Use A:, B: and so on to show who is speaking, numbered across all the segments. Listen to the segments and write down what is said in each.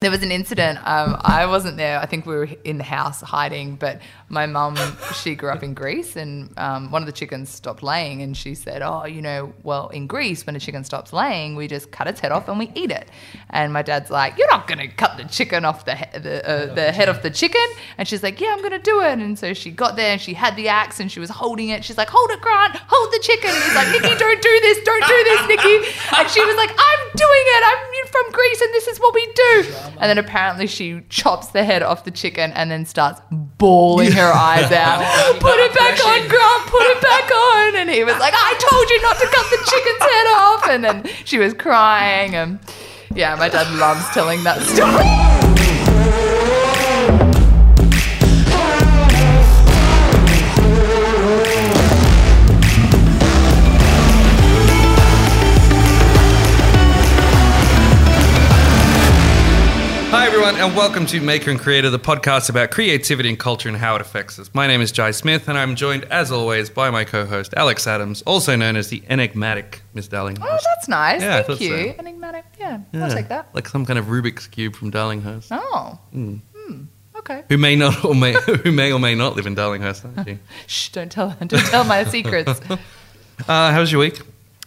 A: There was an incident. Um, I wasn't there. I think we were in the house hiding, but my mum, she grew up in Greece, and um, one of the chickens stopped laying, and she said, "Oh, you know, well, in Greece, when a chicken stops laying, we just cut its head off and we eat it." And my dad's like, "You're not going to cut the chicken off the he- the, uh, the head off the chicken," and she's like, "Yeah, I'm going to do it." And so she got there, and she had the axe, and she was holding it. She's like, "Hold it, Grant! Hold the chicken!" And he's like, "Nikki, don't do this! Don't do this, Nikki!" And she was like, "I'm doing it! I'm from Greece, and this is what we do." And then apparently she chops the head off the chicken and then starts bawling her eyes out. put it back on, Grant, put it back on. And he was like, I told you not to cut the chicken's head off. And then she was crying. And yeah, my dad loves telling that story.
B: Hi, everyone, and welcome to Maker and Creator, the podcast about creativity and culture and how it affects us. My name is Jai Smith, and I'm joined, as always, by my co host, Alex Adams, also known as the enigmatic Miss Darlinghurst.
A: Oh, that's nice.
B: Yeah, I
A: Thank
B: thought
A: you.
B: so.
A: Enigmatic. Yeah,
B: Yeah,
A: Oh, I'll take that.
B: Like some kind of Rubik's Cube from Darlinghurst,
A: Oh. Hmm. Okay.
B: who may not or may, who may or may not live in Darlinghurst, aren't you?
A: Shh, don't tell don't tell my secrets.
B: Uh, how was your week?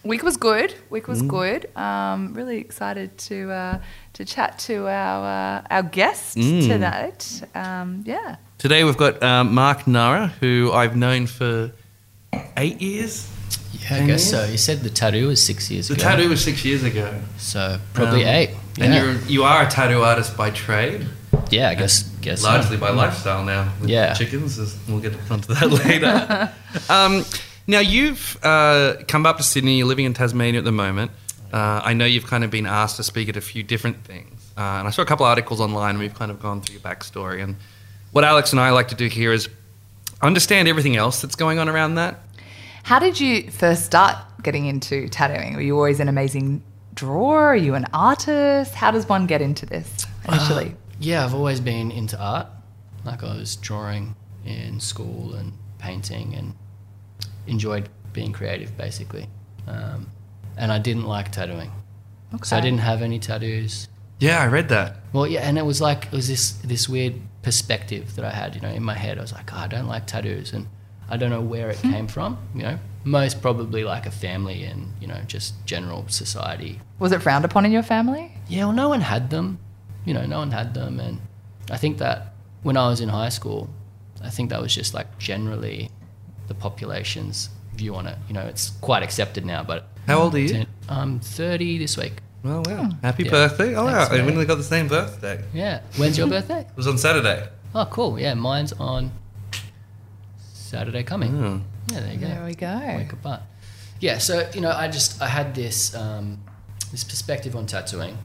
A: Week was good. Week
C: Mm.
A: was good. Um, really excited to uh, to chat to our uh, our guest
B: Mm.
A: tonight. Um, yeah,
B: Today we've got um, Mark Nara, who I've known for eight years.
C: Yeah, I
B: Ten
C: guess
B: years?
C: so. You said the tattoo was six years
B: The
C: ago.
B: tattoo was six years ago.
C: So probably
B: Um,
C: eight. Yeah.
B: And you're, you are a tattoo artist by trade.
C: yeah, I guess. guess so.
B: largely by lifestyle now. with
C: Yeah.
B: chickens. as- We'll get onto that later. um, now you've uh, come up to Sydney. You're living in Tasmania at the moment. Uh, I know you've kind of been asked to speak at a few different things, uh, and I saw a couple articles online. We've kind of gone through your backstory, and what Alex and I like to do here is understand everything else that's going on around that.
A: how did you first start getting into tattooing? Were you always an amazing drawer? Are you an artist? How does one get into this initially?
C: Yeah, I've always been into art. Like I was drawing in school and painting and enjoyed being creative, basically. Um, and I didn't like tattooing,
A: okay.
C: so I didn't have any tattoos.
B: Yeah, I read that.
C: Well, yeah, and it was like it was this this weird perspective that I had, you know, in my head. I was like, oh, I don't like tattoos, and I don't know where it came from. You know, most probably like a family and you know just general society.
A: Was it frowned upon in your family?
C: Yeah, well, no one had them. You know, no one had them, and I think that when I was in high school, I think that was just like generally the population's view on it. You know, it's quite accepted now, but
B: How old are you?
C: I'm thirty this week.
B: Oh wow! Happy
C: Yeah.
B: birthday! Oh wow!
C: Thanks,
B: I
C: mate.
B: really got the same birthday. It
C: Yeah, when's your birthday?
B: was on Saturday.
C: Oh, cool. Yeah, mine's on Saturday coming.
B: Oh.
C: Yeah, Oh there you go.
A: There we go.
C: Wake up art. Yeah, so you know, I just I had this um, this perspective on tattooing.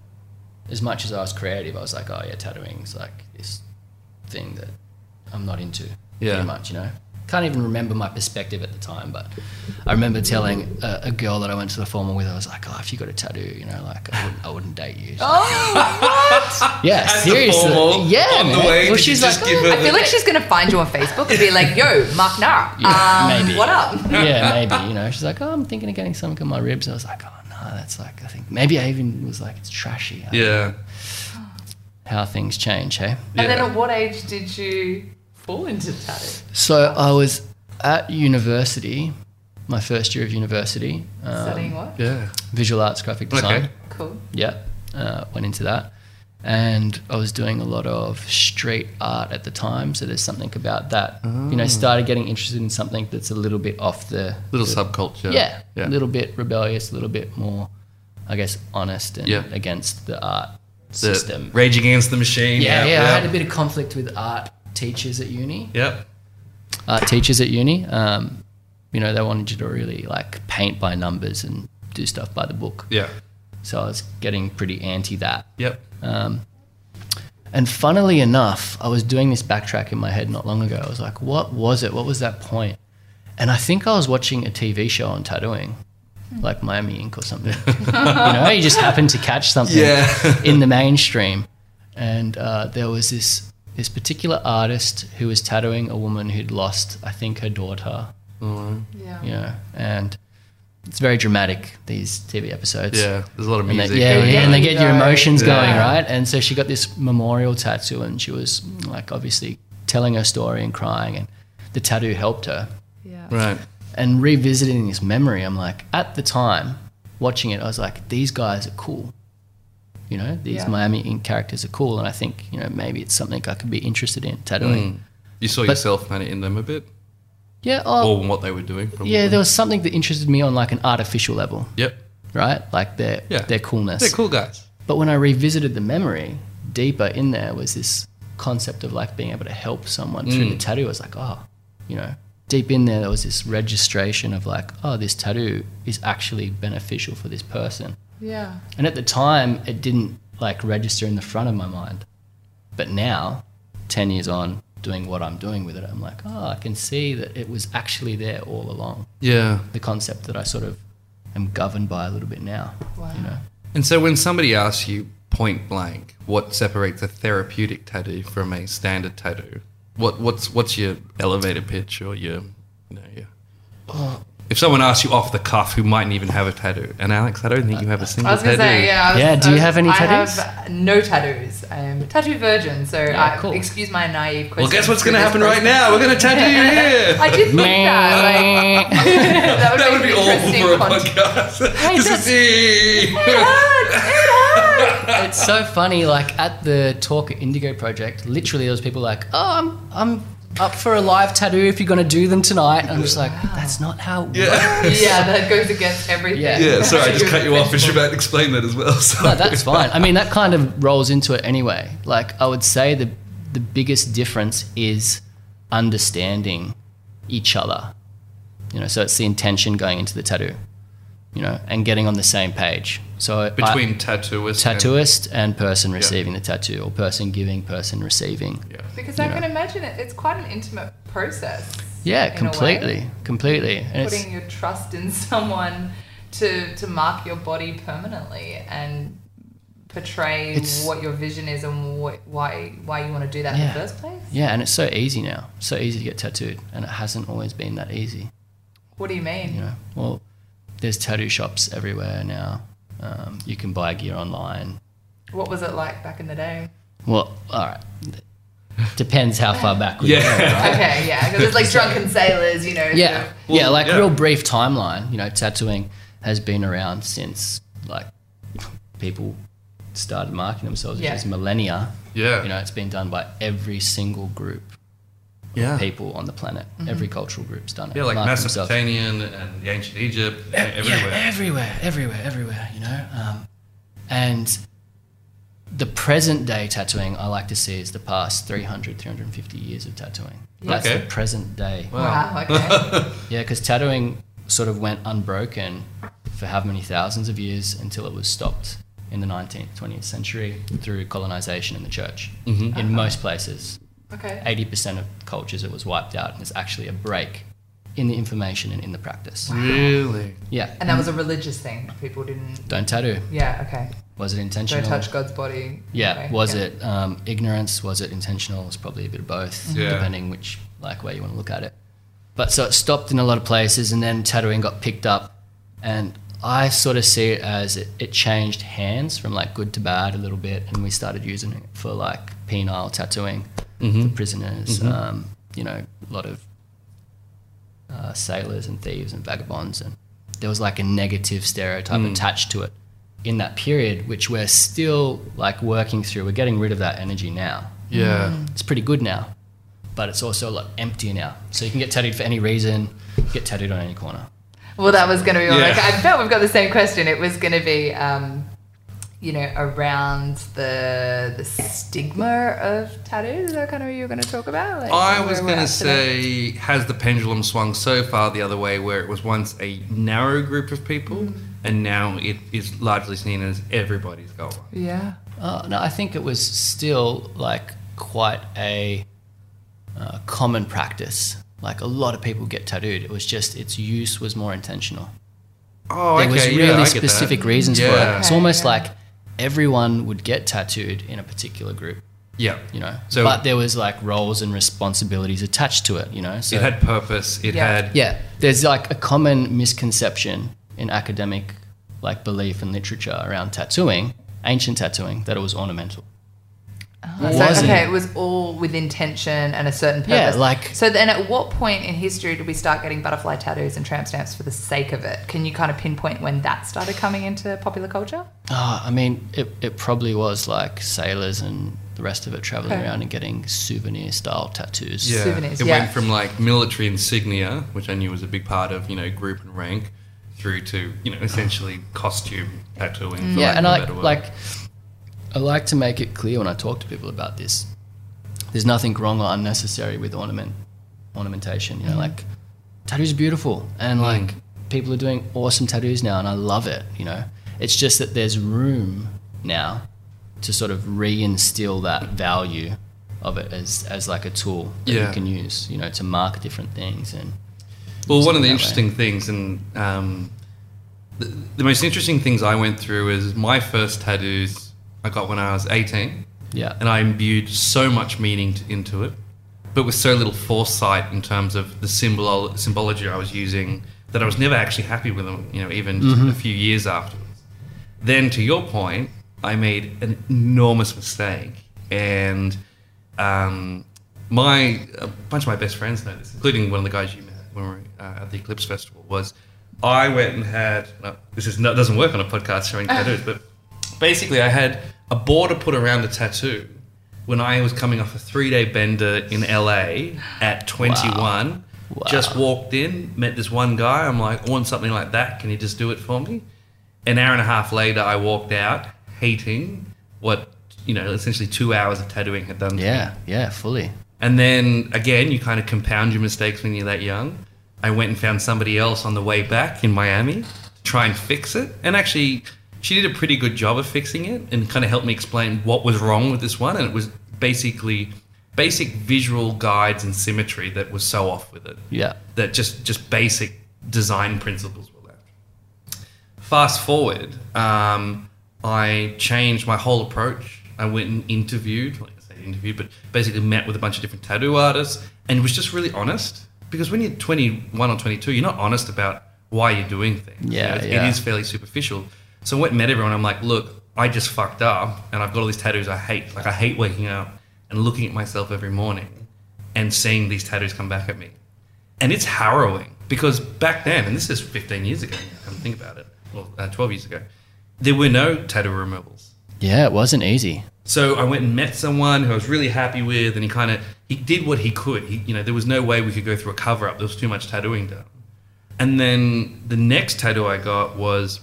C: As much as I was creative, I was like, oh yeah, tattooing's like this thing that I'm not into.
B: Yeah.
C: Pretty much, you know. Can't even remember my perspective at the time, but I remember telling a, a girl that I went to the formal with, I was like, oh, if you got a tattoo, you know, like I wouldn't, I wouldn't date you. So-
A: Oh, what?
C: yeah,
B: At the
C: seriously.
B: formal,
C: yeah,
B: on the way,
C: man. well,
B: did you
C: she's
B: just
C: like,
B: give
C: "Oh,
B: her
A: I feel like she's gonna find you on Facebook and be like, "Yo, Mark Nara,
C: Yeah,
A: um,
C: maybe.
A: what up?"
C: yeah, maybe. You know, she's like, oh, I'm thinking of getting something on my ribs. I was like, oh no, that's like, I think maybe I even was like, it's trashy. Like,
B: Yeah.
C: How things change, hey.
A: And then
B: Yeah.
A: at what age did you fall into tattooing?
C: So I was at university, my first year of university, um,
A: Studying what?
B: Yeah.
C: visual arts, graphic
B: Okay.
C: design.
A: Cool.
C: Yeah, uh, went into that. And I was doing a lot of street art at the time, so there's something about that. You know, started getting interested in something that's a little bit off the
B: Little
C: the-
B: subculture.
C: yeah,
B: Yeah.
C: a little bit rebellious, a little bit more, I guess, honest and
B: Yeah.
C: against the art
B: the
C: system.
B: Rage Against the Machine.
C: yeah, yeah, I
B: yeah.
C: had a bit of conflict with art teachers at uni.
B: Yep.
C: Art teachers at uni, um, you know, they wanted you to really like paint by numbers and do stuff by the book.
B: Yeah.
C: So I was getting pretty anti that.
B: Yep.
C: Um, And funnily enough, I was doing this backtrack in my head not long ago. I was like, what was it? What was that point? And I think I was watching a TV show on tattooing, like Miami Ink or something. you know, you just happened to catch something
B: Yeah.
C: in the mainstream. And uh, there was this this particular artist who was tattooing a woman who'd lost, I think, her daughter
A: Yeah.
C: you know, and it's very dramatic these TV episodes.
B: Yeah, there's a lot of
C: And they,
B: music.
C: yeah,
B: going
C: yeah, and
B: on.
C: they get your
A: Right.
C: emotions
B: Yeah.
C: going, right? And so she got this memorial tattoo, and she was like obviously telling her story and crying, and the tattoo helped her.
A: Yeah.
B: right.
C: And revisiting this memory, I'm like, at the time watching it, I was like, these guys are cool. You know, these
A: Yeah.
C: Miami Ink characters are cool, and I think you know maybe it's something I could be interested in tattooing.
B: Mm. You saw
C: But-
B: yourself kind of in them a bit,
C: Yeah, oh,
B: or what they were doing. Probably.
C: yeah. There was something that interested me on like an artificial level,
B: Yep.
C: right? Like their
B: Yeah.
C: their coolness.
B: They're cool guys.
C: But when I revisited the memory, deeper in there was this concept of like being able to help someone through the tattoo. I was like, oh, you know, deep in there, there was this registration of like, oh, this tattoo is actually beneficial for this person.
A: Yeah.
C: And at the time, it didn't like register in the front of my mind. But now, 10 years on, doing what I'm doing with it, I'm like, oh, I can see that it was actually there all along.
B: Yeah.
C: The concept that I sort of am governed by a little bit now.
A: Wow.
C: You know?
B: And so when somebody asks you point blank what separates a therapeutic tattoo from a standard tattoo, what what's what's your elevator pitch or your you know, your
C: Oh.
B: if someone asks you off the cuff who mightn't even have a tattoo, and Alex, I don't think you have a single
A: I was
B: tattoo.
A: gonna say, yeah. I was-
C: Yeah, do
A: I
C: you
A: was-
C: have any
A: I have no tattoos. I am a tattoo virgin, so
C: Yeah,
A: I
C: cool.
A: excuse my naive question.
B: Well, guess what's
A: through
B: going to
A: this
B: happen right
A: process.
B: now? We're going to tattoo you here.
A: I did think that. Like, that would,
B: that would
A: make
B: be
A: an
B: awful
A: interesting
B: for a
A: content.
B: podcast. this
A: that's-
B: is
A: It
B: me.
A: hurts. It hurts.
C: it's so funny. Like at the Talk Indigo project, literally there was people like, "Oh, I'm I'm up for a live tattoo if you're gonna do them tonight." And I'm just like, "Ah, "That's not how." It works.
B: Yeah.
A: yeah, that goes against everything.
C: Yeah.
B: Yeah, sorry, I just cut you off. I should about to explain that as well.
C: No,
B: Sorry.
C: that's fine. I mean, that kind of rolls into it anyway. Like I would say the the biggest difference is understanding each other. You know, so it's the intention going into the tattoo. You know, and getting on the same page. So I-
B: Between tattooist and-
C: tattooist and person receiving the tattoo, or person giving, person receiving.
B: yeah.
A: Because I can imagine it. It's quite an intimate process.
C: Yeah,
A: in a way.
C: completely, completely. And it's,
A: Putting your trust in someone to to mark your body permanently and portray
C: It's-
A: what your vision is and what, why why you want to do that in
C: Yeah.
A: the first place.
C: yeah, and it's so easy now. So easy to get tattooed, and it hasn't always been that easy.
A: What do you mean?
C: You know, well, there's tattoo shops everywhere now. Um, you can buy gear online.
A: What was it like back in the day?
C: Well, all right, depends how far back we go.
B: Yeah.
A: Okay, yeah, because it's like drunken sailors, you know.
C: Yeah,
B: Well,
C: yeah, like
B: yeah.
C: real brief timeline. You know, tattooing has been around since like people started marking themselves
A: Yeah.
C: as millennia.
B: Yeah.
C: You know, it's been done by every single group
B: yeah.
C: people on the planet. Every cultural group's done it.
B: Yeah, like
C: Mark himself.
B: Mesopotamian and the ancient Egypt, everywhere.
C: Yeah, everywhere, everywhere, everywhere. You know, um, and the present day tattooing I like to see is the past 300, 350 years of tattooing. That's
B: Okay.
C: the present day.
A: Wow. Okay.
C: Yeah, because tattooing sort of went unbroken for how many thousands of years until it was stopped in the 19th, 20th century through colonization in the church.
B: Mm-hmm.
C: In most places,
A: Okay.
C: 80% of cultures it was wiped out, and it's actually a break in the information and in the practice.
B: Really?
C: Yeah.
A: Mm. And that was a religious thing. People didn't.
C: Don't tattoo.
A: Yeah. Okay.
C: Was it
A: Don't
C: intentional?
A: touch God's body.
C: Yeah.
A: Okay,
C: Was it um, ignorance? Was it intentional? It's probably a bit of both,
B: Yeah.
C: depending which like way you want to look at it. But so it stopped in a lot of places, and then tattooing got picked up, and I sort of see it as it, it changed hands from like good to bad a little bit, and we started using it for like penile tattooing for prisoners. Um, you know, a lot of uh, sailors and thieves and vagabonds, and there was like a negative stereotype
B: Hmm.
C: attached to it in that period, which we're still like working through. We're getting rid of that energy now.
B: Yeah.
C: It's pretty good now, but it's also a lot emptier now. So you can get tattooed for any reason, get tattooed on any corner.
A: Well, that was going to be.
B: Yeah.
A: Like, I bet we've got the same question. It was going to be, um, you know, around the the stigma of tattoos. Is that kind of what you were going to talk about? Like,
B: I
A: where
B: was
A: we're
B: going to
A: at today?
B: say, has the pendulum swung so far the other way where it was once a narrow group of people
C: Mm.
B: and now it is largely seen as everybody's goal?
A: Yeah.
C: Uh, no, I think it was still like quite a uh, common practice. Like a lot of people get tattooed. It was just its use was more intentional.
B: Oh,
C: there
B: okay.
C: was
B: yeah,
C: really
B: I get that.
C: specific reasons for
B: Yeah.
C: it. It's
A: Okay,
C: almost
A: yeah.
C: like everyone would get tattooed in a particular group,
B: Yeah.
C: you know.
B: So-
C: but there was like roles and responsibilities attached to it, you know. So
B: It had purpose. It
A: Yeah.
B: had.
C: yeah, there's like a common misconception in academic like belief and literature around tattooing, ancient tattooing, that it was ornamental.
A: So,
C: Wasn't.
A: okay, it was all with intention and a certain
C: Yeah,
A: purpose.
C: like-
A: so. Then, at what point in history did we start getting butterfly tattoos and tramp stamps for the sake of it? Can you kind of pinpoint when that started coming into popular culture?
C: Ah, I mean, it, it probably was like sailors and the rest of it traveling
A: Okay.
C: around and getting souvenir style tattoos.
B: Yeah.
A: Souvenirs,
B: it
A: yeah.
B: went from like military insignia, which I knew was a big part of, you know, group and rank, through to, you know, essentially costume tattooing. For
C: yeah,
B: lack
C: and
B: of a
C: I
B: better word.
C: like I like to make it clear when I talk to people about this. There's nothing wrong or unnecessary with ornament ornamentation.
B: Mm-hmm.
C: You know, like tattoos are beautiful,
B: Mm.
C: and like people are doing awesome tattoos now, and I love it. You know, it's just that there's room now to sort of re-instill that value of it as as like a tool that
B: Yeah.
C: you can use. You know, to mark different things and
B: Well, one of the
C: that way.
B: interesting things, and um, the, the most interesting things I went through is my first tattoos I got when I was 18,
C: yeah,
B: and I imbued so much meaning to, into it, but with so little foresight in terms of the symbol symbology I was using that I was never actually happy with them. You know, even just a few years afterwards. Then, to your point, I made an enormous mistake, and um, my a bunch of my best friends know this, including one of the guys you met when we were uh, at the Eclipse Festival. Was I went and had no, this is no, doesn't work on a podcast showing tattoos, but basically I had a border put around a tattoo when I was coming off a three day bender in LA at 21. Just walked in, met this one guy. I'm like, I want something like that. Can you just do it for me? An hour and a half later, I walked out hating what, you know, essentially two hours of tattooing had done to me.
C: yeah, yeah, fully.
B: And then again, you kind of compound your mistakes when you're that young. I went and found somebody else on the way back in Miami to try and fix it. And actually, she did a pretty good job of fixing it and kind of helped me explain what was wrong with this one. And it was basically basic visual guides and symmetry that was so off with it
C: Yeah,
B: that just just basic design principles were left. Fast forward, um, I changed my whole approach. I went and interviewed, well, I say interviewed, but basically met with a bunch of different tattoo artists and was just really honest. Because when you're 21 or 22, you're not honest about why you're doing things. You know,
C: Yeah,
B: it's-
C: yeah.
B: It is fairly superficial. So I went and met everyone. I'm like, look, I just fucked up and I've got all these tattoos I hate. Like, I hate waking up and looking at myself every morning and seeing these tattoos come back at me. And it's harrowing because back then, and this is 15 years ago, now, come to think about it, well, uh, 12 years ago, there were no tattoo removals.
C: yeah, it wasn't easy.
B: So I went and met someone who I was really happy with, and he kind of he did what he could. He, you know, there was no way we could go through a cover up. There was too much tattooing done. And then the next tattoo I got was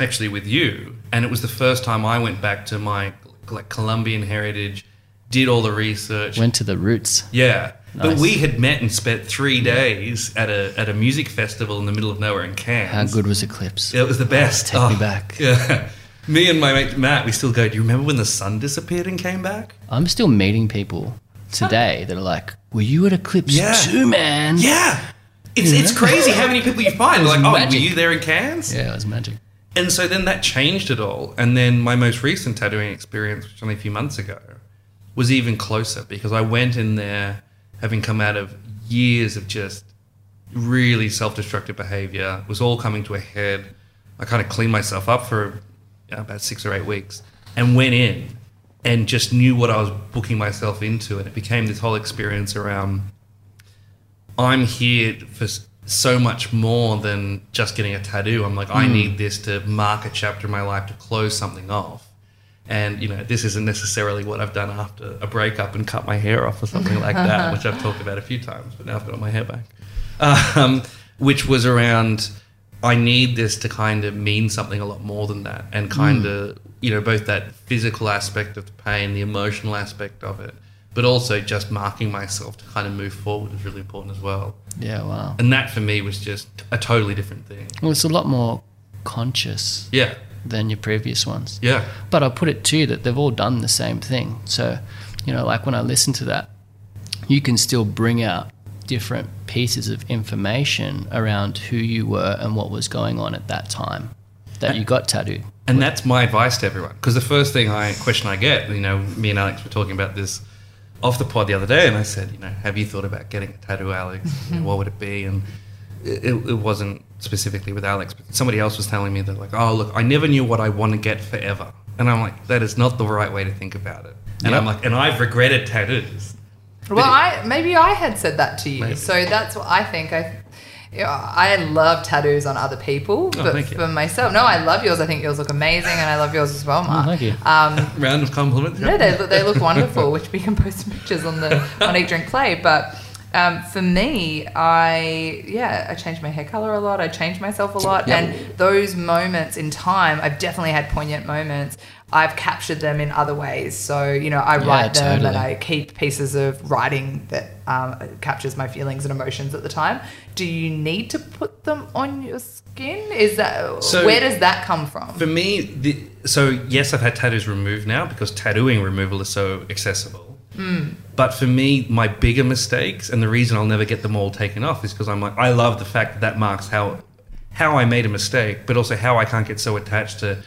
B: actually with you, and it was the first time I went back to my like Colombian heritage, did all the research,
C: Went to the roots.
B: yeah. But
C: Nice.
B: we had met and spent three days at a at a music festival in the middle of nowhere in Cairns.
C: How good was Eclipse?
B: It was the best. Oh,
C: Take me back.
B: Yeah. Me and my mate Matt, we still go. Do you remember when the sun disappeared and came back?
C: I'm still meeting people today that are like, "Were you at Eclipse
B: Yeah.
C: too, man?"
B: Yeah. It's, it's crazy how many people you find. Like, oh,
C: magic.
B: were you there in Cairns?
C: Yeah, it was magic.
B: And so then that changed it all. And then my most recent tattooing experience, which was only a few months ago, was even closer because I went in there having come out of years of just really self destructive behavior, It was all coming to a head. I kind of cleaned myself up for uh, about six or eight weeks and went in and just knew what I was booking myself into. And it became this whole experience around I'm here for s- so much more than just getting a tattoo. I'm like, I need this to mark a chapter in my life, to close something off. And, you know, this isn't necessarily what I've done after a breakup and cut my hair off or something like that, which I've talked about a few times, but now I've got my hair back. Um, which was around, I need this to kind of mean something a lot more than that. And kind of, you know, both that physical aspect of the pain, the emotional aspect of it, but also just marking myself to kind of move forward is really important as well.
C: Yeah, wow.
B: And that for me was just a totally different thing.
C: Well, it's a lot more conscious
B: Yeah,
C: than your previous ones.
B: yeah,
C: But I'll put it to you that they've all done the same thing. So, you know, like when I listen to that, you can still bring out different pieces of information around who you were and what was going on at that time that you got tattooed.
B: and that's my advice to everyone. Because the first thing I question I get, you know, me and Alex were talking about this Mm-hmm. off the pod the other day, and I said, you know, have you thought about getting a tattoo, Alex? You know, what would it be? And it, it wasn't specifically with Alex, but somebody else was telling me that, like, oh, look, I never knew what I want to get forever. And I'm like, that is not the right way to think about it. And
C: Yeah.
B: I'm like, and I've regretted tattoos.
A: Well, I maybe I had said that to you,
B: Maybe.
A: so that's what I think. I yeah, I love tattoos on other people,
B: Oh,
A: but
B: thank you.
A: for myself, no, I love yours. I think yours look amazing, and I love yours as
B: Oh,
A: well, Mark.
C: thank you.
A: Um,
B: Round of compliments.
A: no, they look, they look wonderful, which we can post some pictures on the on Eat Drink Play. But um, for me, I yeah, I changed my hair color a lot. I changed myself a lot,
C: Yep.
A: and those moments in time, I've definitely had poignant moments. I've captured them in other ways. So you know, I
C: Yeah,
A: write them and
C: totally.
A: I keep pieces of writing that um, captures my feelings and emotions at the time. Do you need to put them on your skin? Is that
B: So-
A: where does that come from?
B: For me, the, so yes, I've had tattoos removed now because tattooing removal is so accessible.
C: Hmm.
B: But for me, my bigger mistakes and the reason I'll never get them all taken off is because I'm like, I love the fact that that marks how how I made a mistake, but also how I can't get so attached to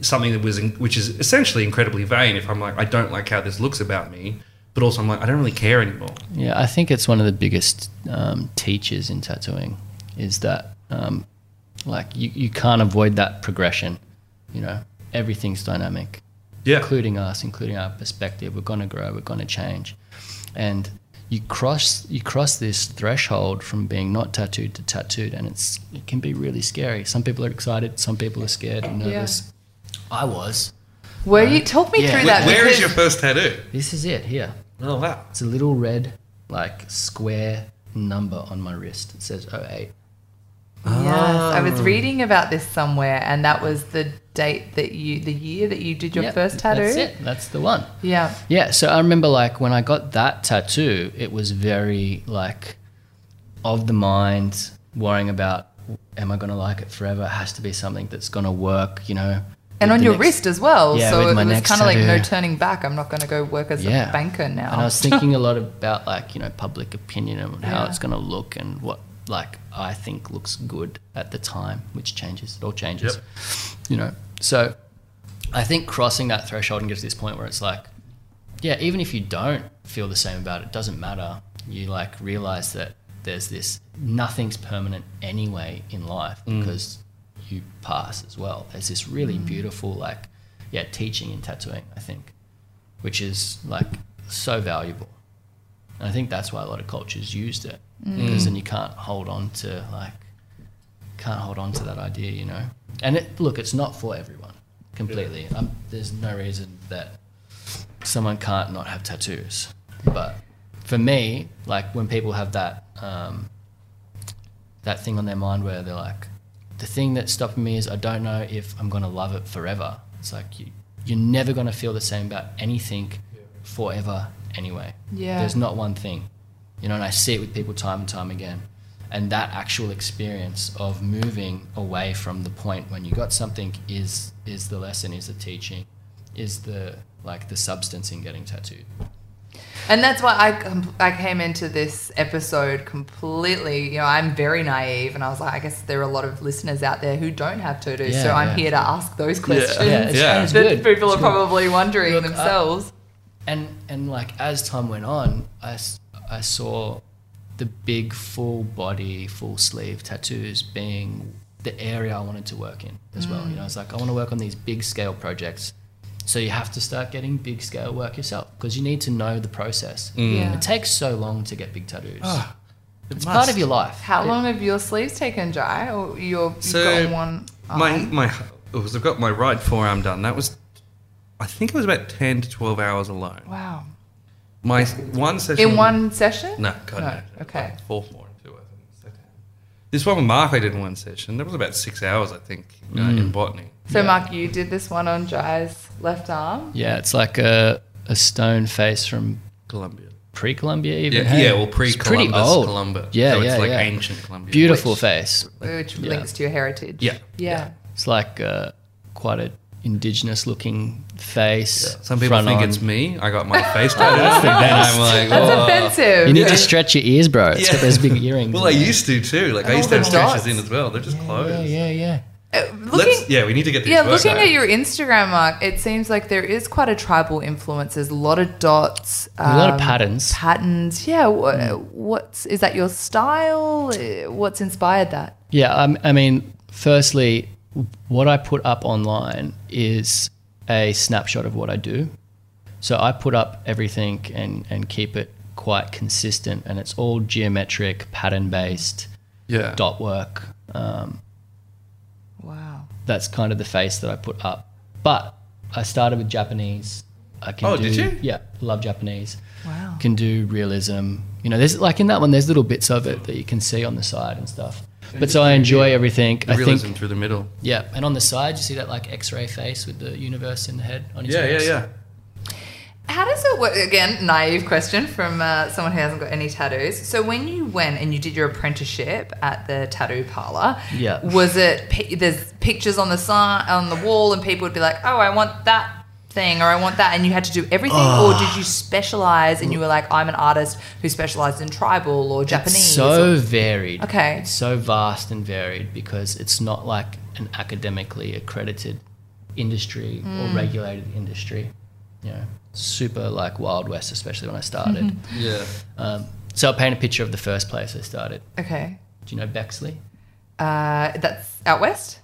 B: something that was in, which is essentially incredibly vain. If I'm like, I don't like how this looks about me, but also I'm like, I don't really care anymore.
C: Yeah, I think it's one of the biggest um, teachers in tattooing is that um, like you, you can't avoid that progression. You know, everything's dynamic,
B: Yeah,
C: including us, including our perspective. We're gonna grow. We're gonna change, and you cross you cross this threshold from being not tattooed to tattooed, and it's it can be really scary. Some people are excited. Some people are scared and
A: Yeah.
C: nervous. I was.
A: Were you talk me
C: Yeah.
A: through
C: Wh-
A: that?
B: where is
A: because-
B: your first tattoo?
C: This is it here.
B: Oh wow,
C: It's a little red, like square number on my wrist. It says 08.
A: Yes, I
C: Oh.
A: was reading about this somewhere, and that was the date that you, the year that you did your
C: Yep,
A: first tattoo.
C: That's it. That's the one.
A: Yeah,
C: Yeah. So I remember like when I got that tattoo, it was very like of the mind, worrying about am I going to like it forever? It has to be something that's going to work, you know.
A: and
C: with
A: on
C: the
A: your
C: next-
A: wrist as well.
C: Yeah,
A: so
C: with
A: it
C: my
A: was
C: next
A: kind of like no
C: tattoo.
A: turning back. I'm not going to go work as a
C: Yeah.
A: banker now.
C: And I was thinking a lot about like, you know, public opinion and how
A: Yeah.
C: it's going to look and what like I think looks good at the time, which changes. It all changes.
B: Yep.
C: You know. So I think crossing that threshold and get to this point where it's like yeah, even if you don't feel the same about it, it doesn't matter. You like realize that there's this nothing's permanent anyway in life because you pass as well. There's this really
A: Mm.
C: beautiful like yeah, teaching in tattooing, I think, which is like so valuable. And I think that's why a lot of cultures used it because then you can't hold on to like can't hold on to that idea, you know. And it look, it's not for everyone completely. Um there's no reason that someone can't not have tattoos, but for me, like when people have that um, that thing on their mind where they're like, the thing that's stopping me is I don't know if I'm gonna love it forever. It's like you you're never gonna feel the same about anything forever anyway.
A: Yeah.
C: There's not one thing. You know, and I see it with people time and time again. And that actual experience of moving away from the point when you got something is is the lesson, is the teaching, is the like the substance in getting tattooed.
A: And that's why I com- I came into this episode completely. You know, I'm very naive, and I was like, I guess there are a lot of listeners out there who don't have tattoos,
C: Yeah,
A: so I'm
C: yeah.
A: here to ask those questions
C: Yeah, it's,
B: Yeah.
C: it's
A: that
C: good.
A: people
C: It's
A: are
C: good.
A: probably wondering
C: Look, I-
A: themselves.
C: and and like as time went on, I, s- I saw the big full body, full sleeve tattoos being the area I wanted to work in as well. You know, it's like I want to work on these big scale projects. So you have to start getting big scale work yourself because you need to know the process.
A: Yeah.
C: It takes so long to get big tattoos.
B: It
C: it's
B: must.
C: part of your life.
A: How
C: It-
A: long have your sleeves taken, Jai? Or your, you've
B: So,
A: got one
B: my
A: eye?
B: my it was, I've got my right forearm done. That was, I think it was about ten to twelve hours alone.
A: Wow.
B: My s- one session
A: In one session?
B: No, God
A: No,
B: no.
A: okay.
B: Like Four more two. I think. So ten. This one with Mark, I did in one session. That was about six hours, I think, uh,
C: Mm.
B: in botany.
A: So,
C: Yeah.
A: Mark, you did this one on Jai's left arm.
C: Yeah, it's like a, a stone face from
B: Colombia.
C: pre-Columbia
B: Yeah,
C: even. hey?
B: yeah. Well,
C: It's
B: pre-Columbus,
C: pretty old.
B: Columbia.
C: Yeah,
B: so it's
C: yeah,
B: like
C: yeah.
B: ancient Columbia.
C: Beautiful
A: Which-
C: face.
A: Which
C: Yeah.
A: links to your heritage.
B: Yeah.
A: Yeah.
C: It's like uh, quite a indigenous looking face.
B: Some people
C: front
B: think
C: on.
B: it's me. I got my face tattooed, and I'm like,
A: That's
B: oh.
A: offensive.
C: You need to stretch your ears, bro. It's got
B: Yeah.
C: those big earrings.
B: Well, I used to too. Like I
A: And
B: used to
A: all the
B: have stretches
A: dots.
B: in as well. They're just
C: Yeah,
B: clothes.
C: yeah, yeah.
A: Uh, looking,
B: Let's, yeah, we need to get these
A: yeah,
B: words
A: looking
B: out.
A: at your Instagram, Mark, it seems like there is quite a tribal influence. There's a lot of dots,
C: A lot of
A: um,
C: patterns.
A: Patterns, yeah. Wha What's is that your style? Uh, What's inspired that?
C: Yeah, um, I mean, firstly, what I put up online is a snapshot of what I do. So I put up everything and, and keep it quite consistent, and it's all geometric, pattern based,
B: yeah.
C: dot work. Um,
A: Wow.
C: that's kind of the face that I put up. But I started with Japanese. I can
B: Oh,
C: do,
B: did you?
C: Yeah, love Japanese.
A: Wow.
C: Can do realism. You know, there's like in that one, there's little bits of it that you can see on the side and stuff. But so I enjoy everything.
B: The
C: I think
B: realism through the middle.
C: yeah, and on the side you see that like X-ray face with the universe in the head on his
B: Yeah, yeah,
C: face.
B: yeah.
A: How does it work? Again, naive question from uh, someone who hasn't got any tattoos. So when you went and you did your apprenticeship at the tattoo parlor,
C: Yeah.
A: was it pi- there's pictures on the side on the wall and people would be like, "Oh, I want that thing or I want that," and you had to do everything, or did you specialize and you were like, "I'm an artist who specializes in tribal or Japanese"?
C: It's
A: or-
C: so varied.
A: Okay.
C: It's so vast and varied because it's not like an academically accredited industry
A: Hmm.
C: or regulated industry. You know, super like Wild West, especially when I started.
B: Yeah.
C: Um, so I'll paint a picture of the first place I started.
A: okay,
C: Do you know Bexley?
A: uh, that's out west,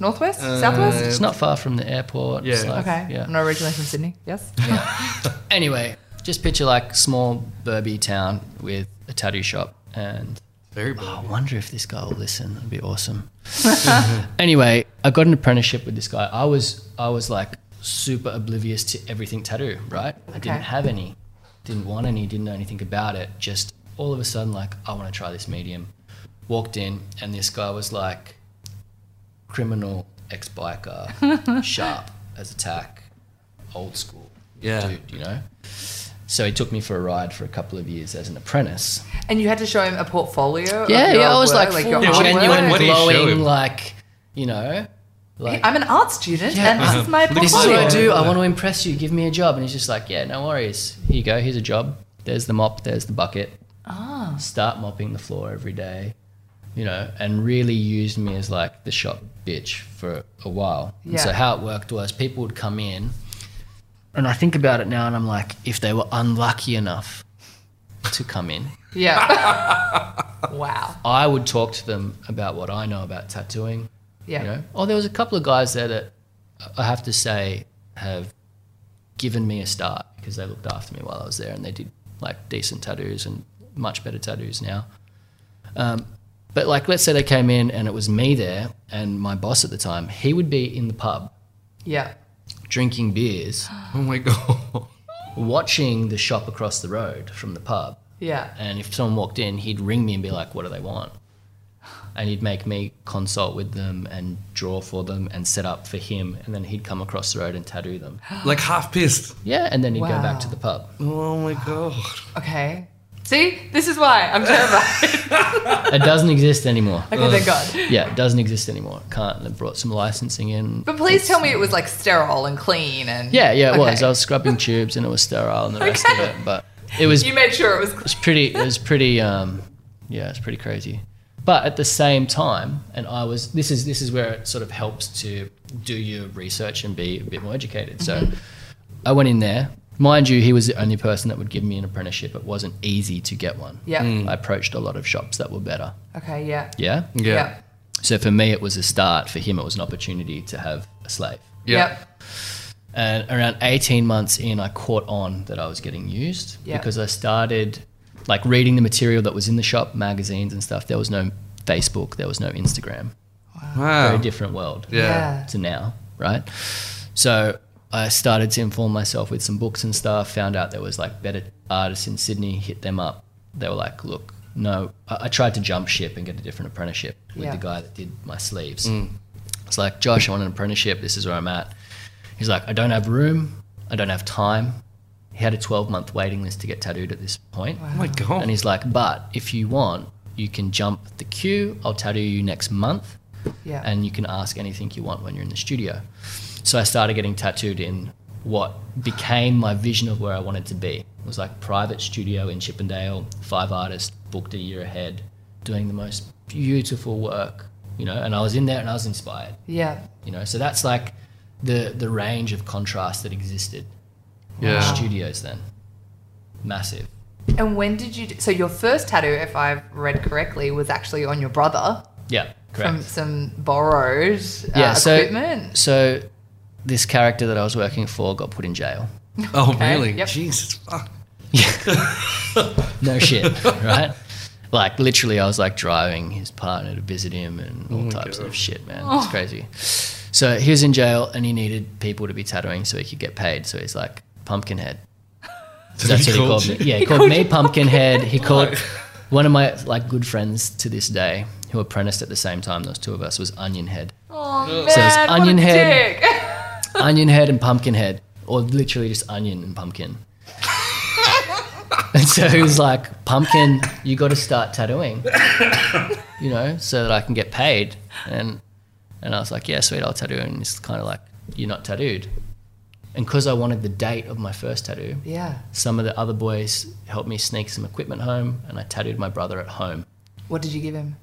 A: northwest,
B: Uh,
A: southwest.
C: It's not far from the airport. It's
B: Yeah.
C: like-
A: Okay,
C: Yeah.
A: I'm not originally from Sydney. Yes.
C: Anyway, just picture like small Burby town with a tattoo shop and
B: Very
C: Oh, I
B: bad.
C: wonder if this guy will listen. That'd be awesome. anyway, I got an apprenticeship with this guy. I was I was like super oblivious to everything tattoo, right? I didn't
A: Okay.
C: have any, didn't want any, didn't know anything about it. Just all of a sudden, like I want to try this medium. Walked in, and this guy was like criminal ex biker, sharp as attack, old school
B: Yeah.
C: dude, you know. So he took me for a ride for a couple of years as an apprentice.
A: And you had to show him a portfolio. of
C: Yeah,
A: your
C: yeah. I was
A: work,
C: like, full
A: your
B: Yeah, what do you-
A: artwork?
C: genuine,
B: what do you show
C: glowing,
B: him?
C: like you know, like
A: I'm an art student,
C: Yeah.
A: and this is my
B: This
A: portfolio.
C: this is what I do. I
B: Yeah.
C: want to impress you. Give me a job. And he's just like, yeah, no worries. Here you go. Here's a job. There's the mop. There's the bucket.
A: Ah,
C: Start mopping the floor every day, you know, and really used me as like the shop bitch for a while. And so
A: Yeah.
C: how it worked was people would come in, and I think about it now, and I'm like, if they were unlucky enough to come in.
A: yeah. wow.
C: I would talk to them about what I know about tattooing.
A: Yeah.
C: You know? Oh, there was a couple of guys there that I have to say have given me a start because they looked after me while I was there and they did like decent tattoos and much better tattoos now. Um, but like, let's say they came in and it was me there and my boss at the time, he would be in the pub
A: Yeah.
C: drinking beers,
B: Oh my god.
C: watching the shop across the road from the pub.
A: Yeah.
C: And if someone walked in, he'd ring me and be like, "What do they want?" And he'd make me consult with them and draw for them and set up for him, and then he'd come across the road and tattoo them.
B: Like half pissed.
C: Yeah, and then he'd go back to
A: Wow.
C: the pub.
B: Oh my god.
A: Okay. See, this is why I'm terrified.
C: It doesn't exist anymore.
A: okay, thank God.
C: Yeah, it doesn't exist anymore. It can't. They brought some licensing in.
A: But please tell me it was like sterile and clean and.
C: Yeah, yeah, it was.
A: Okay.
C: I was scrubbing tubes and it was sterile and the rest of
A: Okay.
C: it, but it was
A: You made sure it was.
C: It was pretty. It was pretty. Um, yeah, it's pretty crazy. But at the same time, and I was. This is this is where it sort of helps to do your research and be a bit more educated. So I went in there. Mind you, he was the only person that would give me an apprenticeship. It wasn't easy to get one.
A: Yeah.
C: I approached a lot of shops that were better.
A: Okay. Yeah.
C: Yeah.
B: Yeah.
C: So for me, it was a start. For him, it was an opportunity to have a slave.
A: Yeah.
C: And Uh, around 18 months in, I caught on that I was getting used
A: Yeah.
C: because I started like reading the material that was in the shop, magazines and stuff. There was no Facebook, there was no Instagram. Very
B: Wow.
C: different world
A: Yeah.
B: Yeah.
C: to now, right? So I started to inform myself with some books and stuff, found out there was like better artists in Sydney, hit them up. They were like, look, no, I, I tried to jump ship and get a different apprenticeship with
A: Yeah.
C: the guy that did my sleeves. It's like, Josh, I want an apprenticeship. This is where I'm at. He's like, I don't have room. I don't have time. He had a 12 month waiting list to get tattooed at this point.
B: Oh my god.
C: And he's like, but if you want, you can jump the queue. I'll tattoo you next month
A: Yeah.
C: and you can ask anything you want when you're in the studio. So I started getting tattooed in what became my vision of where I wanted to be. It was like private studio in Chippendale, five artists booked a year ahead, doing the most beautiful work you know, and I was in there and I was inspired,
A: Yeah.
C: you know. So that's like the the range of contrast that existed in
B: Yeah.
C: studios then. Massive.
A: And when did you? Do, so your first tattoo, if I've read correctly, was actually on your brother
C: Yeah, correct.
A: from some borrowed uh,
C: yeah, so
A: equipment.
C: so this character that I was working for got put in jail.
B: Oh,
A: Okay,
B: really?
A: yep.
B: Jesus. Fuck.
C: no shit, right? Like literally, I was like driving his partner to visit him and all
B: Oh my
C: types
B: God.
C: of shit, man. It's crazy. So he was in jail and he needed people to be tattooing so he could get paid. So he's like Pumpkinhead.
B: Did
C: That's
B: he
C: what he
B: call
C: called
B: you?
C: me. Yeah, he called, me Pumpkinhead. He called one of my like good friends to this day who apprenticed at the same time. Those two of us was Onion Head.
A: Oh man,
C: So it's
A: what
C: onion
A: a
C: head.
A: dick.
C: onion head and pumpkin head, or literally just onion and pumpkin. and so he was like, "Pumpkin, you got to start tattooing, you know, so that I can get paid." And and I was like, "Yeah, sweet, I'll tattoo." And it's kind of like, "You're not tattooed," and because I wanted the date of my first tattoo,
A: Yeah.
C: some of the other boys helped me sneak some equipment home, and I tattooed my brother at home.
A: What did you give him?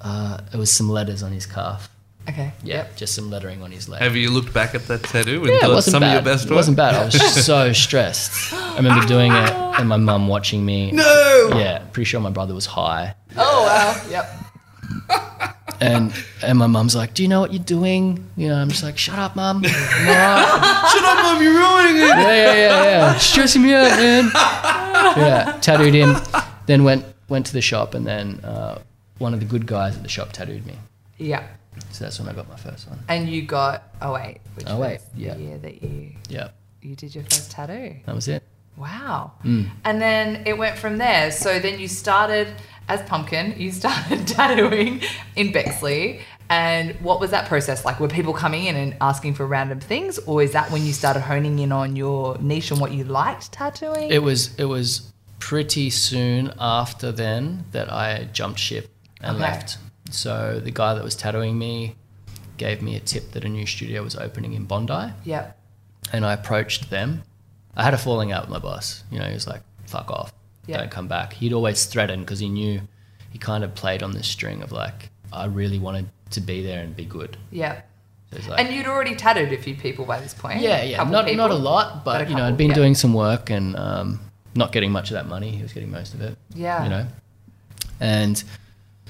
C: Uh, it was some letters on his calf.
A: Okay.
C: Yeah, just some lettering on his leg.
B: Have you looked back at that tattoo and
C: Yeah, it
B: thought
C: wasn't
B: some
C: bad.
B: of your best
C: it wasn't bad. I was so stressed. I remember doing it and my mum watching me.
B: No.
C: Yeah, pretty sure my brother was high.
A: Oh wow. Yep.
C: And and my mum's like, "Do you know what you're doing?" You know, I'm just like, "Shut up, mum." yeah,
B: Shut up, mum. You're ruining it.
C: yeah, yeah, yeah. Stressing me out, man. Yeah, tattooed him. Then went went to the shop, and then uh, one of the good guys at the shop tattooed me.
A: Yeah.
C: So that's when I got my first one.
A: And you got oh wait, which
C: Oh, wait,
A: was
C: yeah.
A: the year that you
C: Yeah,
A: you did your first tattoo.
C: that was it.
A: Wow.
C: Mm.
A: And then it went from there. So then you started as Pumpkin, you started tattooing in Bexley. And what was that process like? Were people coming in and asking for random things? Or is that when you started honing in on your niche and what you liked tattooing?
C: It was it was pretty soon after then that I jumped ship and
A: Okay.
C: left. So the guy that was tattooing me gave me a tip that a new studio was opening in Bondi,
A: yep.
C: and I approached them. I had a falling out with my boss. You know, he was like, "Fuck off,
A: Yeah.
C: don't come back." He'd always threaten because he knew he kind of played on this string of like, "I really wanted to be there and be good."
A: Yep.
C: So he's like,
A: And you'd already tattooed a few people by this point.
C: yeah,
A: a
C: yeah,
A: couple
C: not
A: people.
C: not a lot, but,
A: but a
C: you know,
A: couple,
C: I'd been
A: yeah.
C: doing some work and um, not getting much of that money. He was getting most of it.
A: Yeah.
C: you know, and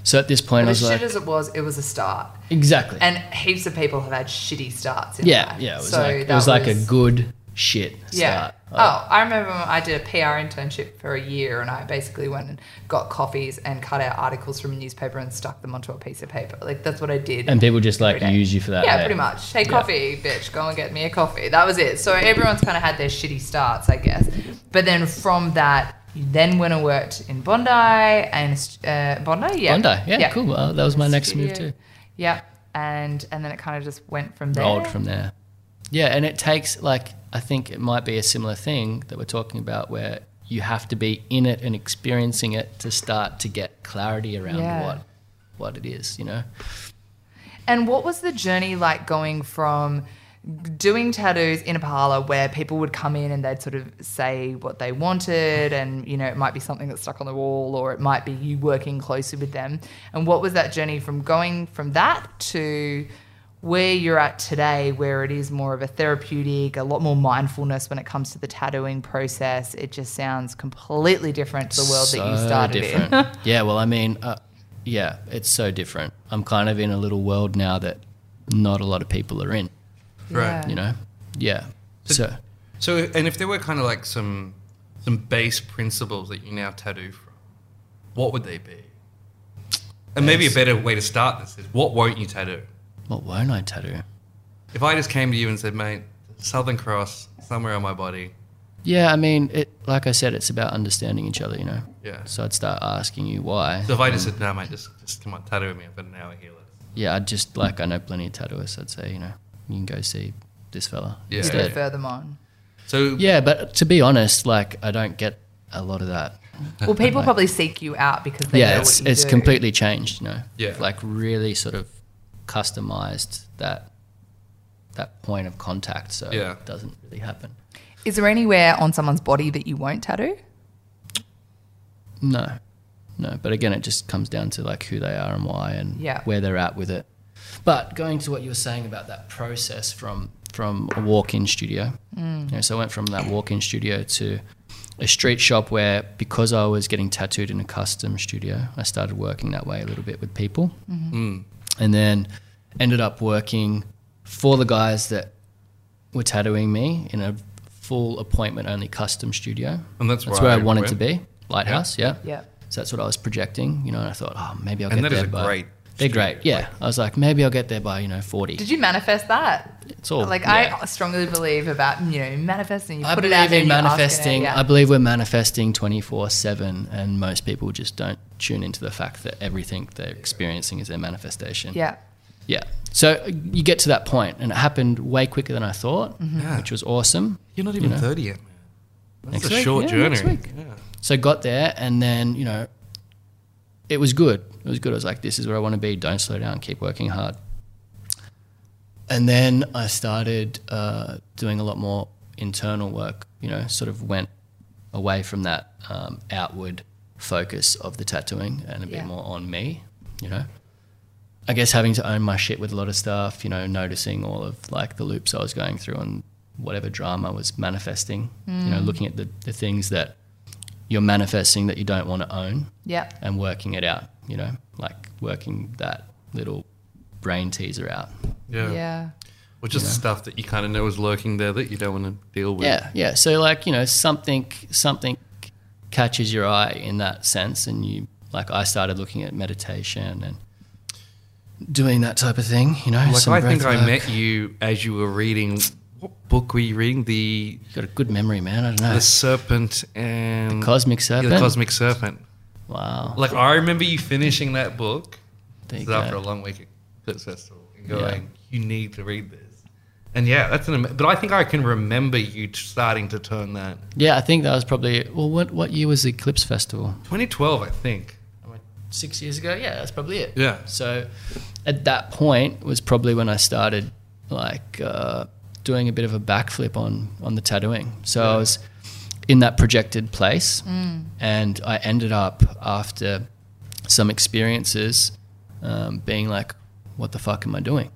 C: so at this point
A: But
C: I
A: as
C: was like,
A: shit as it was, it was a start.
C: exactly,
A: And heaps of people have had shitty starts. In
C: yeah,
A: life.
C: yeah. It was
A: So
C: like it
A: that
C: was like a good shit
A: Yeah.
C: start. Like,
A: Oh, I remember when I did a PR internship for a year and I basically went and got coffees and cut out articles from a newspaper and stuck them onto a piece of paper. Like, that's what I did.
C: and people just like
A: every day.
C: use you for that.
A: yeah,
C: hey.
A: pretty much. Hey,
C: Yeah.
A: coffee, bitch, go and get me a coffee. That was it. So everyone's kind of had their shitty starts, I guess. But then from that, you then went and worked in Bondi and uh, Bondi, yeah.
C: Bondi, yeah, cool. Well, that was my next move
A: Studio.
C: too.
A: Yeah. And, and then it kind of just went from there.
C: rolled from there. Yeah, and it takes like I think it might be a similar thing that we're talking about where you have to be in it and experiencing it to start to get clarity around
A: Yeah.
C: what what it is, you know.
A: And what was the journey like going from doing tattoos in a parlor where people would come in and they'd sort of say what they wanted and you know it might be something that's stuck on the wall or it might be you working closely with them and what was that journey from going from that to where you're at today where it is more of a therapeutic a lot more mindfulness when it comes to the tattooing process it just sounds completely different to the world that you
C: So
A: started
C: different.
A: in
C: yeah, well, I mean, uh, yeah, it's so different. I'm kind of in a little world now that not a lot of people are in,
B: Right.
C: you know. Yeah. So
B: So, and if there were kind of like some some base principles that you now tattoo from, what would they be? And maybe a better way to start this is what won't you tattoo?
C: what won't I tattoo?
B: If I just came to you and said, mate, Southern Cross somewhere on my body,
C: Yeah, I mean, it like I said, it's about understanding each other, you know.
B: yeah.
C: So I'd start asking you why.
B: So if I just said, no, mate, just, just come on, tattoo me. I've got an hour here. Let's.
C: yeah, I'd just like I know plenty of tattooists. I'd say you know you can go see this fella
B: Yeah.
A: you go
C: instead. Yeah.
A: further on
B: So
C: but to be honest, like I don't get a lot of that.
A: well people probably seek you out because they know
C: yeah, it's
A: what you
C: it's
A: do.
C: completely changed. You know,
B: Yeah.
C: like really sort of customized that that point of contact. So
B: Yeah.
C: it doesn't really happen.
A: Is there anywhere on someone's body that you won't tattoo?
C: No, no. But again, it just comes down to like who they are and why and
A: Yeah.
C: where they're at with it. But going to what you were saying about that process from from a walk-in studio, you know, so I went from that walk-in studio to a street shop where because I was getting tattooed in a custom studio, I started working that way a little bit with people, and then ended up working for the guys that were tattooing me in a full appointment only custom studio.
B: And that's
C: that's
B: where
C: where I
B: I
C: wanted
B: went.
C: to be. Lighthouse, yeah.
A: Yeah.
C: So that's what I was projecting, you know, and I thought, oh, maybe I'll
B: And
C: get
B: that is
C: there
B: a
C: by.
B: great
C: They're great, yeah. I was like, maybe I'll get there by, you know, 40.
A: Did you manifest that?
C: It's all-
A: like
C: Oh, yeah.
A: I strongly believe about you know manifesting. You
C: I
A: put
C: believe
A: it out there
C: in
A: and you ask it,
C: manifesting.
A: yeah.
C: I believe we're manifesting 24 7, and most people just don't tune into the fact that everything they're experiencing is their manifestation.
A: yeah.
C: Yeah. So uh, you get to that point, and it happened way quicker than I thought,
A: Mm-hmm.
B: Yeah.
C: which was awesome.
B: You're not even
C: know.
B: 30 yet, man. That's
C: Next
B: a
C: week?
B: short
C: Yeah,
B: journey.
C: next week.
B: Yeah.
C: So got there, and then you know, it was good. It was good. I was like, this is where I want to be. Don't slow down. Keep working hard. And then I started uh, doing a lot more internal work. You know, sort of went away from that um, outward focus of the tattooing and a
A: Yeah.
C: bit more on me. You know. I guess having to own my shit with a lot of stuff, you know, noticing all of like the loops I was going through and whatever drama I was manifesting, you know, looking at the, the things that you're manifesting that you don't want to own
A: Yeah.
C: and working it out, you know, like working that little brain teaser out.
B: Yeah.
A: Yeah.
B: Or just stuff that you kind of know is lurking there that you don't want to deal with.
C: Yeah, yeah. So like, you know, something something catches your eye in that sense and you like I started looking at meditation and doing that type of thing, you know.
B: Like,
C: some
B: I think
C: breath
B: I
C: work.
B: met you as you were reading. What book were you reading? The
C: You got a good memory, man. I don't know.
B: The Serpent and.
C: Cosmic
B: Yeah,
C: Uh, Serpent.
B: the Cosmic Serpent.
C: wow.
B: Like, I remember you finishing that book
C: There
B: this
C: you
B: is after a
C: go.
B: long week at Pitts Festival and going, you need to read this. And yeah, that's an. am- But I think I can remember you t- starting to turn that.
C: Yeah, I think that was probably. Well, what what year was the Eclipse Festival?
B: 2012, I think.
C: Six years ago. Yeah, that's probably it.
B: Yeah.
C: So, at that point was probably when I started like uh, doing a bit of a backflip on on the tattooing. So I was in that projected place,
B: Mm.
C: and I ended up after some experiences um, being like, "What the fuck am I doing?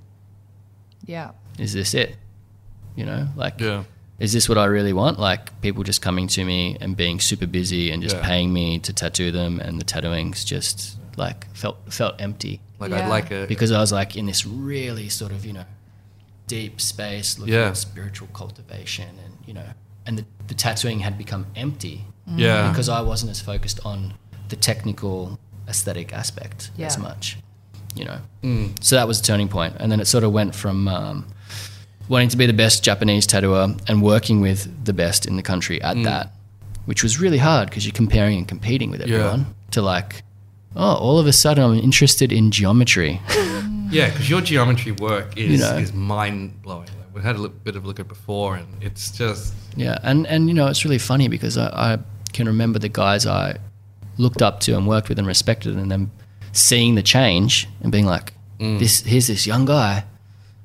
A: Yeah.
C: Is this it? You know, like."
B: Yeah.
C: is this what I really want? Like people just coming to me and being super busy and just
B: Yeah.
C: paying me to tattoo them, and the tattooings just like felt felt empty
B: Like,
A: Yeah.
B: I'd like a.
C: because I was like in this really sort of you know deep space looking
B: Yeah.
C: at spiritual cultivation and you know and the, the tattooing had become empty
B: yeah.
C: because I wasn't as focused on the technical aesthetic aspect as
A: Yeah.
C: much, you know. So that was a turning point, and then it sort of went from um, wanting to be the best Japanese tattooer and working with the best in the country at that, which was really hard because you're comparing and competing with everyone. To like, oh, all of a sudden I'm interested in geometry.
B: Yeah, because your geometry work is
C: You know.
B: is mind blowing. Like, we had a li- bit of a look at before, and it's just
C: Yeah, and and you know it's really funny because I, I can remember the guys I looked up to and worked with and respected, and them seeing the change and being like, "This here's this young guy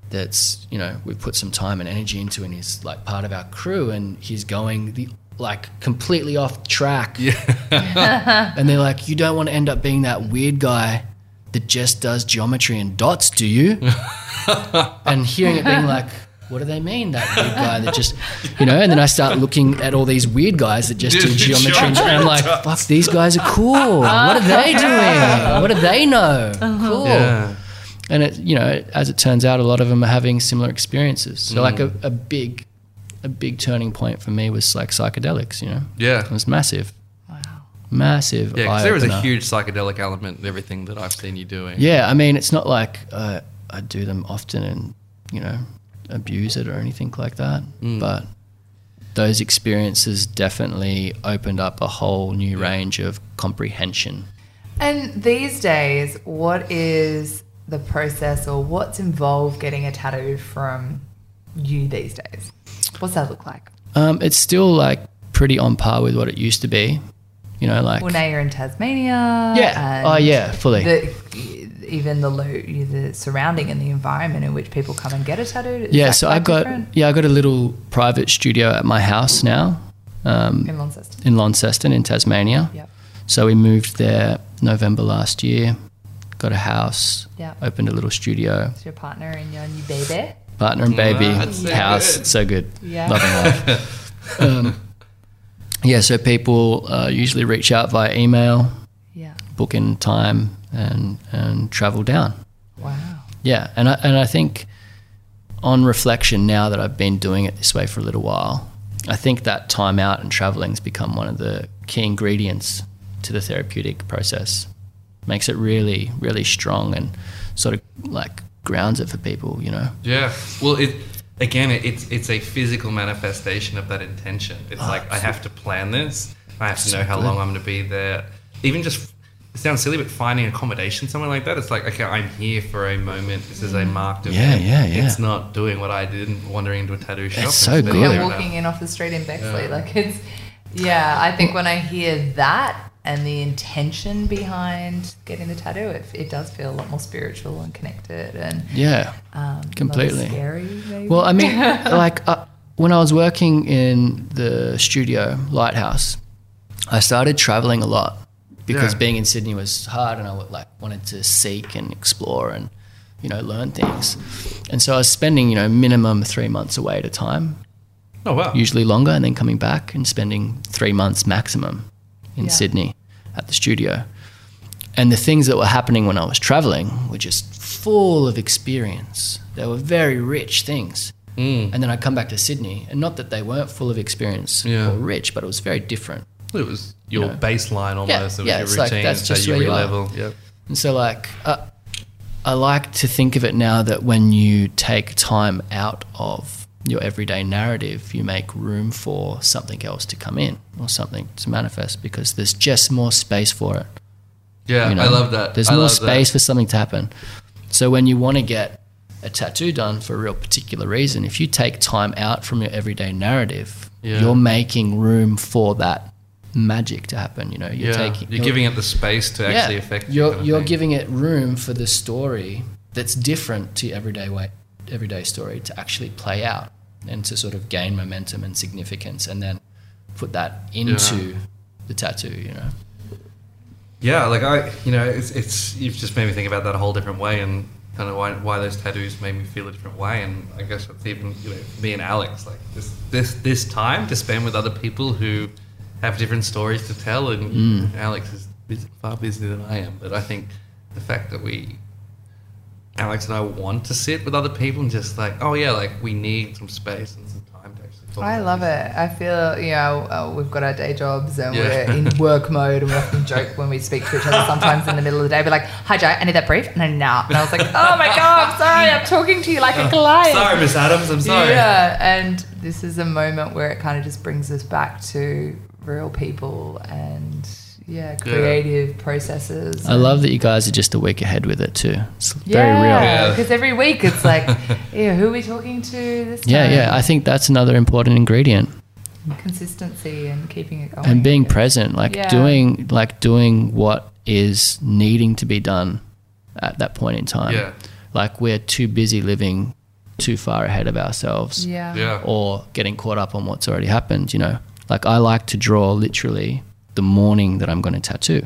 C: that's you know we've put some time and energy into, and he's like part of our crew, and he's going the like completely off track." and they're like, "You don't want to end up being that weird guy." That just does geometry and dots, do you? and hearing it being like, what do they mean that weird guy that just, you know? And then I start looking at all these weird guys that just do
B: Just
C: geometry, and
B: geometry
C: I'm like, fuck, these guys are cool. What are they doing? What do they know? Cool.
B: yeah,
C: And it, you know, as it turns out, a lot of them are having similar experiences. So like a, a big, a big turning point for me was like psychedelics. You know,
B: yeah,
C: it was massive,
A: Wow.
C: massive.
B: yeah. Because there is a
C: eye-opener.
B: huge psychedelic element in everything that I've seen you doing.
C: Yeah, I mean, it's not like uh, I do them often and you know abuse it or anything like that,
B: Mm.
C: but those experiences definitely opened up a whole new range of comprehension.
A: And these days, what is the process or what's involved getting a tattoo from you these days? What's that look like?
C: Um, it's still like pretty on par with what it used to be, you know, like
A: Well, now you're in Tasmania.
C: yeah,
A: and
C: oh yeah, fully.
A: The, even the lo- the surrounding and the environment in which people come and get a tattoo. is
C: yeah,
A: that
C: so
A: quite
C: I've got
A: different?
C: yeah, I got a little private studio at my house now. Um,
A: in Launceston.
C: in Launceston in Tasmania.
A: Yep.
C: So we moved there November last year. Got a house,
A: Yeah.
C: opened a little studio.
A: It's your partner and your new baby.
C: Partner and baby,
B: that's so
C: house,
B: good.
C: so good.
A: Yeah.
C: Loving life. um, yeah, so people uh, usually reach out via email,
A: Yeah.
C: book in time, and, and travel down.
A: Wow.
C: Yeah, and I, and I think on reflection now that I've been doing it this way for a little while, I think that time out and traveling's become one of the key ingredients to the therapeutic process. Makes it really, really strong and sort of like grounds it for people, you know.
B: Yeah. Well, it again, it, it's it's a physical manifestation of that intention.
C: Ah,
B: It's like I have to plan this. I have to know how long I'm going to be there. Even just it sounds silly, but finding accommodation somewhere like that, it's like okay, I'm here for a moment. This is a marked event.
C: Mm. yeah, yeah.
B: It's not doing what I did, and wandering into a tattoo shop. and
C: so
B: spending
C: good.
B: an
A: Yeah,
B: hour
A: walking in off the street in Bexley. Like it's, yeah, I think when I hear that and the intention behind getting the tattoo, it, it does feel a lot more spiritual and connected and
C: Yeah.
A: um, not as
C: Completely.
A: scary. Maybe.
C: Well, I mean, like uh, when I was working in the studio lighthouse, I started traveling a lot because
B: Yeah.
C: being in Sydney was hard, and I would, like wanted to seek and explore and you know learn things. And so I was spending you know minimum three months away at a time,
B: Oh wow.
C: usually longer, and then coming back and spending three months maximum in
A: Yeah.
C: Sydney at the studio. And the things that were happening when I was traveling were just full of experience. They were very rich things.
B: Mm.
C: And then I come back to Sydney, and not that they weren't full of experience
B: Yeah.
C: or rich, but it was very different.
B: It was your
C: know.
B: baseline almost.
C: Yeah,
B: it was
C: yeah,
B: your
C: it's
B: routine.
C: like, that's
B: so
C: just
B: you
C: where you are.
B: re-level. Yep.
C: And so, like, uh, I like to think of it now that when you take time out of your everyday narrative, you make room for something else to come in or something to manifest because there's just more space for it.
B: Yeah,
C: you know?
B: I love that.
C: There's
B: I
C: more
B: love that.
C: space for something to happen. So when you want to get a tattoo done for a real particular reason, if you take time out from your everyday narrative,
B: Yeah.
C: you're making room for that magic to happen. You know, you're
B: Yeah,
C: taking,
B: you're giving it the space to actually
C: yeah,
B: affect. you
C: You're
B: kind of
C: you're
B: thing.
C: giving it room for the story that's different to everyday way, everyday story to actually play out and to sort of gain momentum and significance, and then put that into the tattoo. You know,
B: Yeah, like I, you know, it's, it's you've just made me think about that a whole different way, and kind of why, why those tattoos made me feel a different way, and I guess it's even you know me and Alex like this this this time to spend with other people who have different stories to tell, and Alex is bus- far busier than I am, but I think the fact that we Alex and I want to sit with other people and just like oh yeah, like we need some space and some time to actually. Talk
A: I
B: about
A: love
B: this.
A: it. I feel, you know, uh, we've got our day jobs and
B: Yeah.
A: we're in work mode and we often joke when we speak to each other sometimes in the middle of the day. We're like, hi, Jay, I need that brief. And I nah. And I was like, oh my God, I'm sorry. I'm talking to you like a client.
B: Sorry, Miss Adams, I'm sorry.
A: Yeah. And this is a moment where it kind of just brings us back to real people and, yeah, creative processes.
C: I love that you guys are just a week ahead with it too. It's very real.
A: yeah,
B: real.
A: because every week it's like, yeah, who are we talking to this time?
C: Yeah, yeah. I think that's another important ingredient.
A: Consistency and keeping Oh, it going.
C: and being present like
A: Yeah.
C: doing like doing what is needing to be done at that point in time
B: Yeah.
C: like we're too busy living too far ahead of ourselves
A: Yeah.
B: Yeah.
C: or getting caught up on what's already happened you know like i like to draw literally the morning that i'm going to tattoo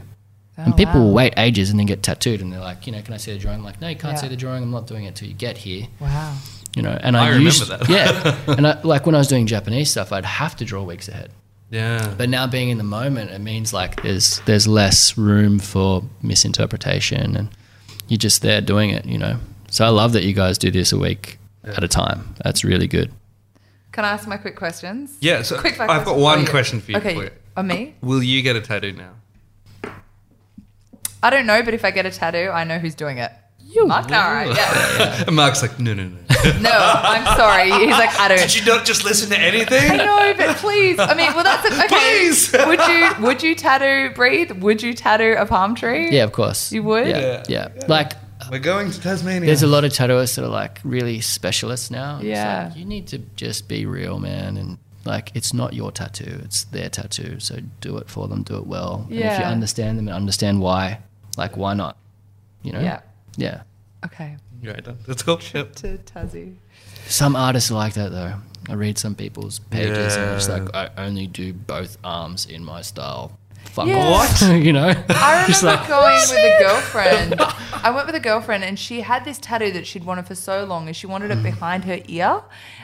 C: and
A: Oh,
C: people
A: wow.
C: will wait ages and then get tattooed and they're like you know can i see the drawing I'm like no you can't
A: Yeah.
C: see the drawing i'm not doing it till you get here
A: Wow.
C: you know and
B: I
C: i,
B: remember
C: used
B: that.
C: yeah and I, like when i was doing japanese stuff i'd have to draw weeks ahead
B: Yeah.
C: but now being in the moment, it means like there's there's less room for misinterpretation, and you're just there doing it, you know. So I love that you guys do this a week at a time. That's really good.
A: Can I ask my quick questions?
B: Yeah, so
A: Quick fire
B: I've got
A: questions.
B: one
A: Oh, yeah.
B: question for you.
A: Okay.
B: quick.
A: On me?
B: Will you get a tattoo now?
A: I don't know, but if I get a tattoo, I know who's doing it. You. Mark, all right. Yeah.
B: And Mark's like, no, no, no.
A: No, I'm sorry. He's like, I don't.
B: you not just listen to
A: I
B: anything?
A: know, but please. I mean, well, that's it. Okay.
B: Please.
A: Would you would you tattoo breathe? Would you tattoo a palm tree?
C: Yeah, of course.
A: You would?
C: Yeah,
B: Yeah.
C: yeah. Like
B: We're going to Tasmania.
C: there's a lot of tattooists that are like really specialists now. It's
A: Yeah.
C: like, you need to just be real, man, and like it's not your tattoo, it's their tattoo. So do it for them, do it well. And if you
A: Yeah.
C: understand them and understand why, like why not? You know?
A: Yeah.
C: Yeah.
A: Okay.
B: You're right, done. That's cool. Yep.
A: To Tassie.
C: Some artists are like that though. I read some people's pages and it's
B: Yeah.
C: like I only do both arms in my style. fuck
A: Yeah.
C: off. you know?
A: I remember
C: Just like,
A: going with a girlfriend. I went with a girlfriend, and she had this tattoo that she'd wanted for so long, and she wanted it behind her ear,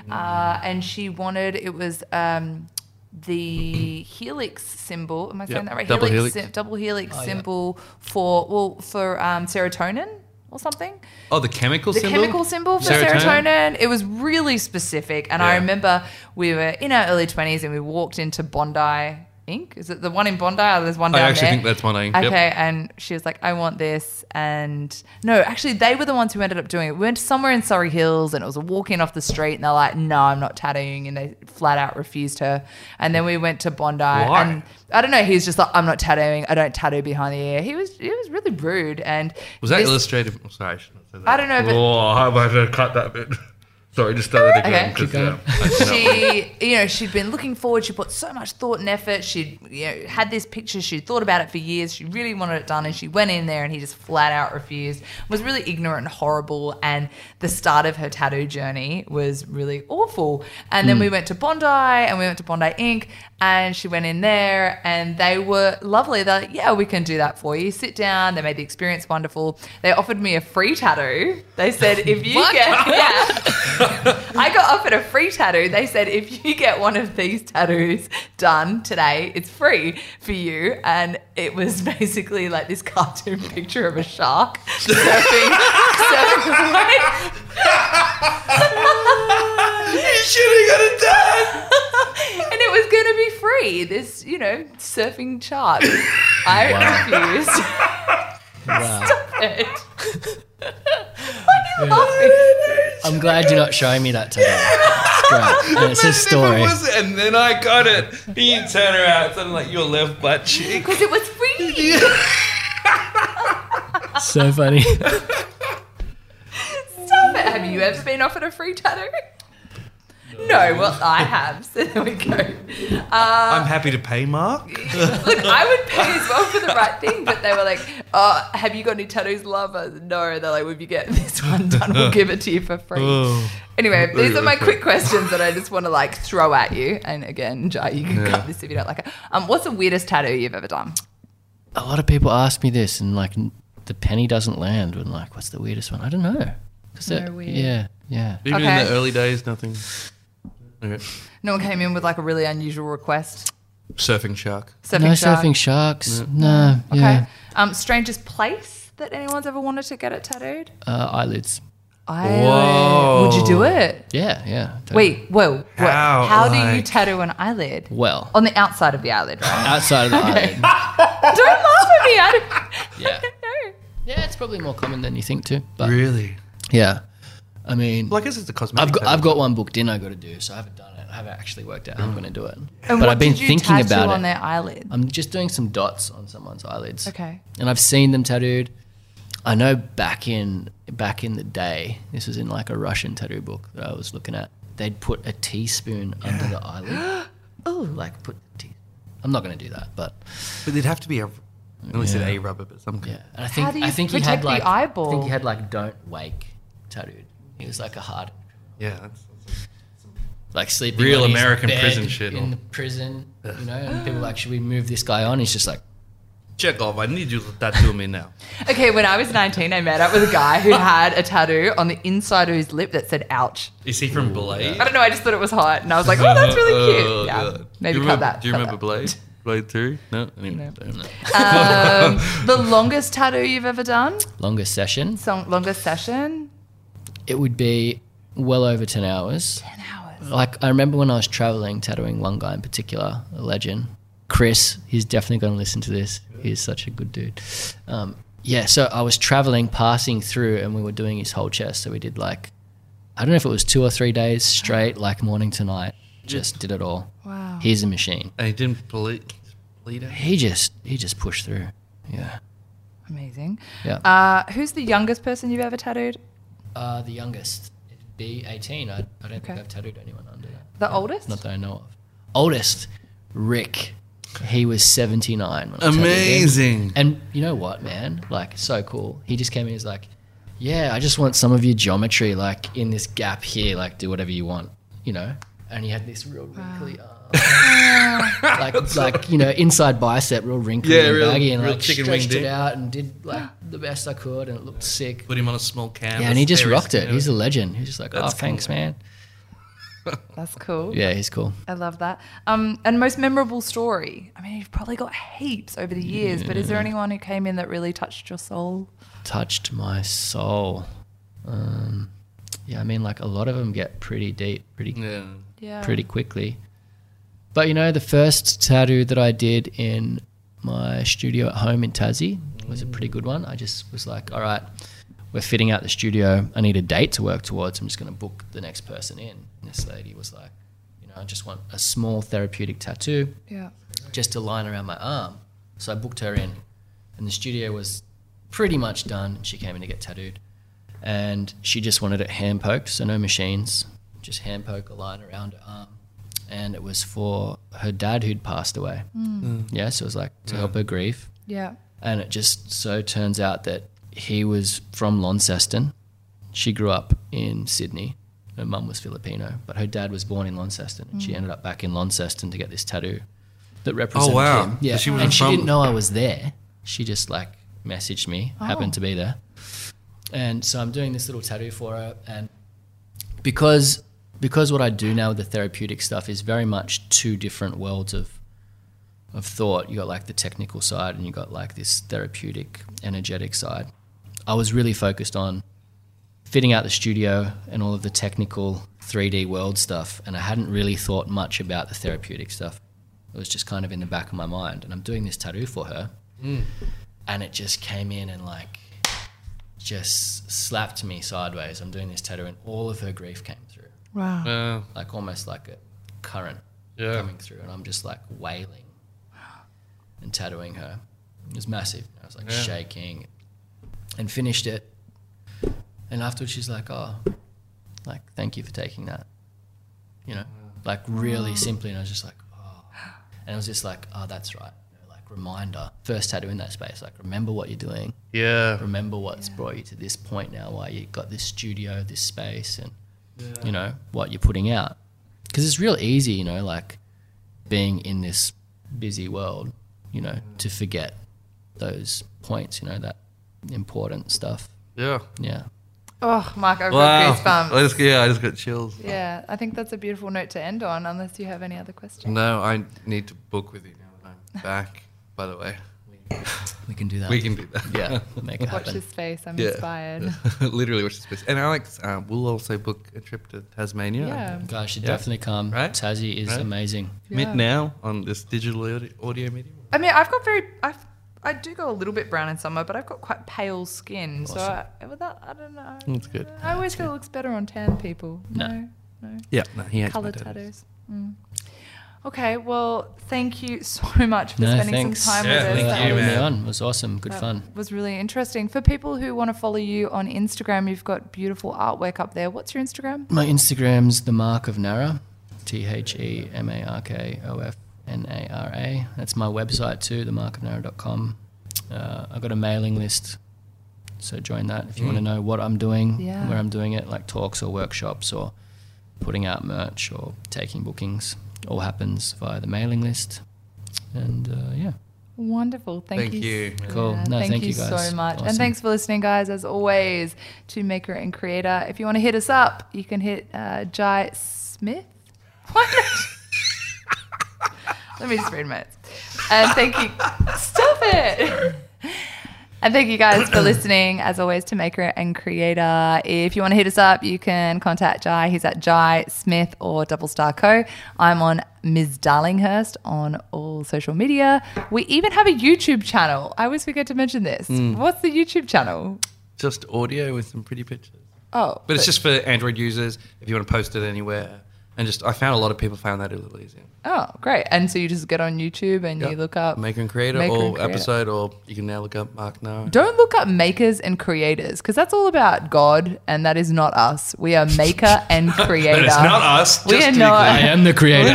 A: uh, and she wanted it was um, the helix symbol. Am I saying
B: Yep,
A: that right?
B: double
A: sym-
B: helix.
A: double helix
C: yeah.
A: symbol for well for um, serotonin or something
B: Oh, the chemical
A: the
B: symbol?
A: chemical symbol for
B: Serotonin?
A: serotonin. It was really specific, and I
B: Yeah.
A: remember we were in our early twenties and we walked into Bondi Inc. Is it the one in Bondi? Oh, there's one.
B: I
A: Down
B: actually
A: there.
B: think that's Bondi Inc, yep.
A: Okay, and she was like, "I want this," and no, actually, they were the ones who ended up doing it. We went somewhere in Surrey Hills, and it was a walk in off the street, and they're like, "No, I'm not tattooing," and they flat out refused her. And then we went to Bondi,
B: Why?
A: and I don't know. He was just like, "I'm not tattooing. I don't tattoo behind the ear." He was, he was really rude, and
B: Was that
A: this-
B: illustrative? Oh, sorry, I shouldn't have said that.
A: I don't know, but-
B: oh, how am I going to cut that bit? Sorry, just start that again.
A: Okay.
B: 'cause,
C: Keep going.
B: yeah, I didn't know.
A: she, you know, she'd been looking forward. She put so much thought and effort. She'd, you know, had this picture. She thought about it for years. She really wanted it done, and she went in there, and he just flat out refused. Was really ignorant and horrible. And the start of her tattoo journey was really awful. And then we went to Bondi, and we went to Bondi Inc. And she went in there, and they were lovely. They're like, "Yeah, we can do that for you. Sit down." They made the experience wonderful. They offered me a free tattoo. They said, "If you
D: What?
A: get, yeah." I got offered a free tattoo. They said if you get one of these tattoos done today, it's free for you. And it was basically like this cartoon picture of a shark surfing. surfing away.
B: you should have got it done.
A: and it was going to be free. This, you know, surfing shark. I refused
C: wow.
A: it. Why are you laughing?
C: I'm glad you're not showing me that today. It's great. And it's a story.
B: What was it? And then I got it. He didn't turn her out. Something like your left butt cheek.
A: Because it was free.
C: So funny.
A: Stop it. Have you ever been offered a free tattoo? No, well, I have. So there we go. Uh,
B: I'm happy to pay, Mark.
A: look, I would pay as well for the right thing, but they were like, oh, have you got any tattoos, love? I was, no. They're like, well, if you get this one done, we'll give it to you for free.
B: Oh.
A: Anyway, these are my
B: Okay.
A: quick questions that I just want to like throw at you. And again, Jai, you can
B: Yeah.
A: cut this if you don't like it. Um, what's the weirdest tattoo you've ever done?
C: a lot of people ask me this, and like n- the penny doesn't land. When like, what's the weirdest one? I don't know. 'Cause
D: They're
C: it-
D: weird.
C: Yeah, yeah.
B: Even in
A: Okay.
B: the early days, nothing. Okay.
A: No one came in with like a really unusual request.
B: Surfing shark.
A: Surfing
C: no
A: shark.
C: surfing sharks. No.
A: Okay.
C: Yeah.
A: Um, strangest place that anyone's ever wanted to get it tattooed?
C: Uh, eyelids.
A: I
B: Whoa.
A: Would you do it?
C: Yeah, yeah. totally.
A: Wait, whoa. what-
B: How,
A: How do you
B: like-
A: tattoo an eyelid?
C: Well,
A: On the outside of the eyelid, right?
C: outside of the eyelid.
A: Don't laugh at me. I don't
C: Yeah.
A: know.
C: Yeah, it's probably more common than you think too. But
B: Really?
C: yeah, I mean,
B: Well, I guess it's a cosmetic.
C: I've got
B: tattoo.
C: I've got one booked in. I got to do, so I haven't done it. I haven't actually worked out how I'm going to do it.
A: And
C: but
A: what
C: I've been
A: did you
C: thinking
A: tattoo
C: about
A: on
C: it.
A: their eyelid?
C: I'm just doing some dots on someone's eyelids.
A: Okay.
C: and I've seen them tattooed. I know back in back in the day, this was in like a Russian tattoo book that I was looking at. They'd put a teaspoon under the eyelid. oh, like put. Tea- I'm not going to do that, but
B: But it'd have to be a. I only said
C: Yeah.
B: a rubber, but some.
C: yeah. And I think
A: do you
C: I think he had
A: protect the
C: like I
A: eyeball?
C: think he had like don't wake tattooed. He was like a hard
B: Yeah. That's,
C: like sleeping
B: Real
C: on his
B: American
C: bed
B: prison shit.
C: in the prison. You know, and people are like, should we move this guy on? He's just like,
B: check off. I need you to tattoo me now.
A: Okay, when I was 19, I met up with a guy who had a tattoo on the inside of his lip that said ouch.
B: Is he from Blade?
A: I don't know, I just thought it was hot. And I was like, oh, that's really cute.
B: Oh,
A: yeah.
C: Uh,
B: God.
A: Maybe
B: do you
A: cut
B: remember,
A: that.
B: Do you
A: cut
B: remember
A: that.
B: Blade? Blade 2? No? Anyway, no.
A: Um, the longest tattoo you've ever done?
C: longer session.
A: Song, longest session?
C: It would be well over ten hours.
A: 10 hours.
C: Like I remember when I was traveling, tattooing one guy in particular, a legend, Chris. He's definitely going to listen to this. He's such a good dude. Um, yeah, so I was traveling, passing through, and we were doing his whole chest. So we did like, I don't know if it was two or three days straight, like morning to night. Just did it all.
A: Wow.
C: He's a machine.
B: And he didn't bleed. bleed out?
C: He just he just pushed through. Yeah,
A: Amazing.
C: yeah.
A: Uh, who's the youngest person you've ever tattooed?
C: Uh, the youngest, it'd be eighteen. I, I don't think
A: Okay.
C: I've tattooed anyone under that.
A: The oldest?
C: Not that I know of. Oldest, Rick. He was 79. When I tattooed him.
B: Amazing.
C: And you know what, man? Like, so cool. He just came in. He's like, "Yeah, I just want some of your geometry, like in this gap here. Like, do whatever you want, you know." And he had this real wrinkly arm. like like you know inside bicep, real wrinkly
B: Yeah,
C: and
B: real-
C: baggy, and
B: real
C: like
B: chicken wing
C: stretched it
B: dick.
C: out and did like the best I could, and it looked sick.
B: Put him on a small canvas.
C: Yeah, and he just
B: there is-
C: rocked it. He's a legend. He's just like, oh,
B: That's cool,
C: thanks, man.
A: That's cool.
C: Yeah, he's cool.
A: I love that. Um, and most memorable story. I mean, you've probably got heaps over the years, but is there anyone who came in that really touched your soul?
C: touched my soul. Um, yeah, I mean, like a lot of them get pretty deep, pretty,
B: yeah.
A: Yeah.
C: pretty quickly. But you know, the first tattoo that I did in my studio at home in Tassie was a pretty good one. I just was like, all right, we're fitting out the studio. I need a date to work towards. I'm just going to book the next person in. And this lady was like, you know, I just want a small therapeutic tattoo
A: Yeah.
C: just a line around my arm. So I booked her in, and the studio was pretty much done. She came in to get tattooed, and she just wanted it hand poked, so no machines, just hand poke a line around her arm. And it was for her dad who'd passed away. Yeah, so it was like to help her grieve
A: Yeah.
C: and it just so turns out that he was from Launceston. She grew up in Sydney. Her mum was Filipino, but her dad was born in Launceston, and she ended up back in Launceston to get this tattoo that represented
B: Oh, wow.
C: him.
B: So
C: Yeah,
B: she was
C: and she
B: from-
C: didn't know I was there. She just like messaged me, happened to be there, and so I'm doing this little tattoo for her, and because because what I do now with the therapeutic stuff is very much two different worlds of of thought. You got like the technical side and you got like this therapeutic, energetic side. I was really focused on fitting out the studio and all of the technical 3D world stuff, and I hadn't really thought much about the therapeutic stuff. It was just kind of in the back of my mind, and I'm doing this tattoo for her, and it just came in and like just slapped me sideways. I'm doing this tattoo, and all of her grief came through,
A: Wow.
B: Yeah.
C: like almost like a current
B: Yeah.
C: coming through, and I'm just like wailing and tattooing her. It was massive. I was like
B: Yeah.
C: shaking and finished it. And afterwards, she's like, "Oh, like thank you for taking that," you know, like
B: Mm.
C: really simply. And I was just like, "Oh," and it was just like, "Oh, that's right." You know, Like reminder, first tattoo in that space. Like remember what you're doing.
B: Yeah.
C: Remember what's brought you to this point now. Why you got this studio, this space, and you know what you're putting out because it's real easy you know like being in this busy world you know
A: Mm.
C: to forget those points you know that important stuff
B: Yeah.
C: yeah
A: Oh, Mark, I've got
B: Wow. I
A: goosebumps.
B: just, yeah, I just got chills.
A: Yeah, I think that's a beautiful note to end on, unless you have any other questions.
B: No, I need to book with you now that I'm back, by the way.
C: we can do that
B: We can do that.
C: yeah make it
A: Watch
C: happen
A: his face. I'm
B: Yeah.
A: inspired.
B: Literally, which is best. And Alex, uh, we'll also book a trip to Tasmania.
A: Yeah.
C: guys should
B: Yeah.
C: definitely come
B: Right?
C: Tassie is
B: Right?
C: amazing
A: Yeah.
B: Meet now on this digital audi- audio medium.
A: I mean, I've got very, I've, I do go a little bit brown in summer, but I've got quite pale skin. So I, with that, I don't know.
B: That's good.
A: I always feel it looks better on tan people.
C: No.
A: No, no.
B: Yeah, no, he hates
A: Color
B: my tattoos.
A: tattoos. Mm. Okay, well, thank you so much for
C: No,
A: spending
C: thanks.
A: some time
B: Yeah,
A: with us.
B: thank
A: That
B: you,
A: was-
C: having me
B: man.
C: on it was awesome good
A: that
C: fun
A: Was really interesting. For people who want to follow you on Instagram, you've got beautiful artwork up there. What's your Instagram?
C: my Instagram's the mark of Nara E T-H-E-M-A-R-K-O-F-N-A-R-A that's my website too themarkofnara.com uh, I've got a mailing list So join that if you want to know what I'm doing,
A: Yeah.
C: where I'm doing it, like talks or workshops or putting out merch or taking bookings. All happens via the mailing list. And uh, yeah,
A: Wonderful. Thank,
B: Thank you.
C: Cool. No, thank you guys.
A: so much. And
C: Awesome.
A: thanks for listening, guys, as always, to Maker and Creator. If you want to hit us up, you can hit uh, Jai Smith. What? Let me just read my And thank you. Stop it. And thank you guys for listening, as always, to Maker and Creator. If you want to hit us up, you can contact Jai. He's at Jai Smith or Double Star Co. I'm on Ms. Darlinghurst on all social media. We even have a YouTube channel. I always forget to mention this.
B: Hmm.
A: What's the YouTube channel?
B: Just audio with some pretty pictures.
A: Oh,
B: But it's just for Android users. If you want to post it anywhere, and just I found a lot of people found that a little easier.
A: oh, great. And so you just get on YouTube and you look up
B: maker and creator
A: Maker
B: or
A: Uh, and Creator.
B: episode, or you can now look up Mark Nara.
A: Don't look up makers and creators because that's all about God, and that is not us. We are maker and creator.
B: But it's not us.
A: We
B: just
A: are
B: to be
A: not-
B: clear.
C: I am the creator.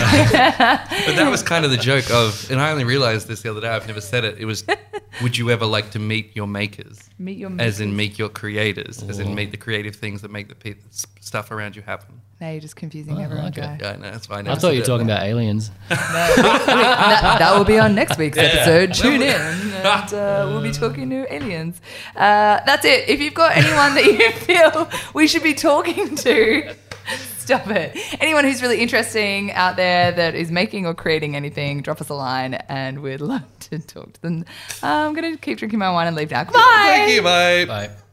B: But that was kind of the joke of, and I only realized this the other day. I've never said it. It was, would you ever like to meet your makers?
A: Meet your
C: Oh.
B: as in meet your creators, as in meet the creative things that make the pe- stuff around you happen.
A: Now you're just confusing
C: Oh, I
A: everyone.
C: like it.
A: Guy.
B: Yeah, I know. That's why I
C: I
B: never
C: thought
B: said
C: you were
B: it.
C: talking about aliens.
A: that, that will be on next week's episode. Tune in, and uh, we'll be talking to aliens. Uh, that's it. If you've got anyone that you feel we should be talking to, stop it. Anyone who's really interesting out there that is making or creating anything, drop us a line, Uh, and we'd love to talk to them. I'm gonna keep drinking my wine and leave now. Goodbye.
B: Thank you, mate.
C: Bye.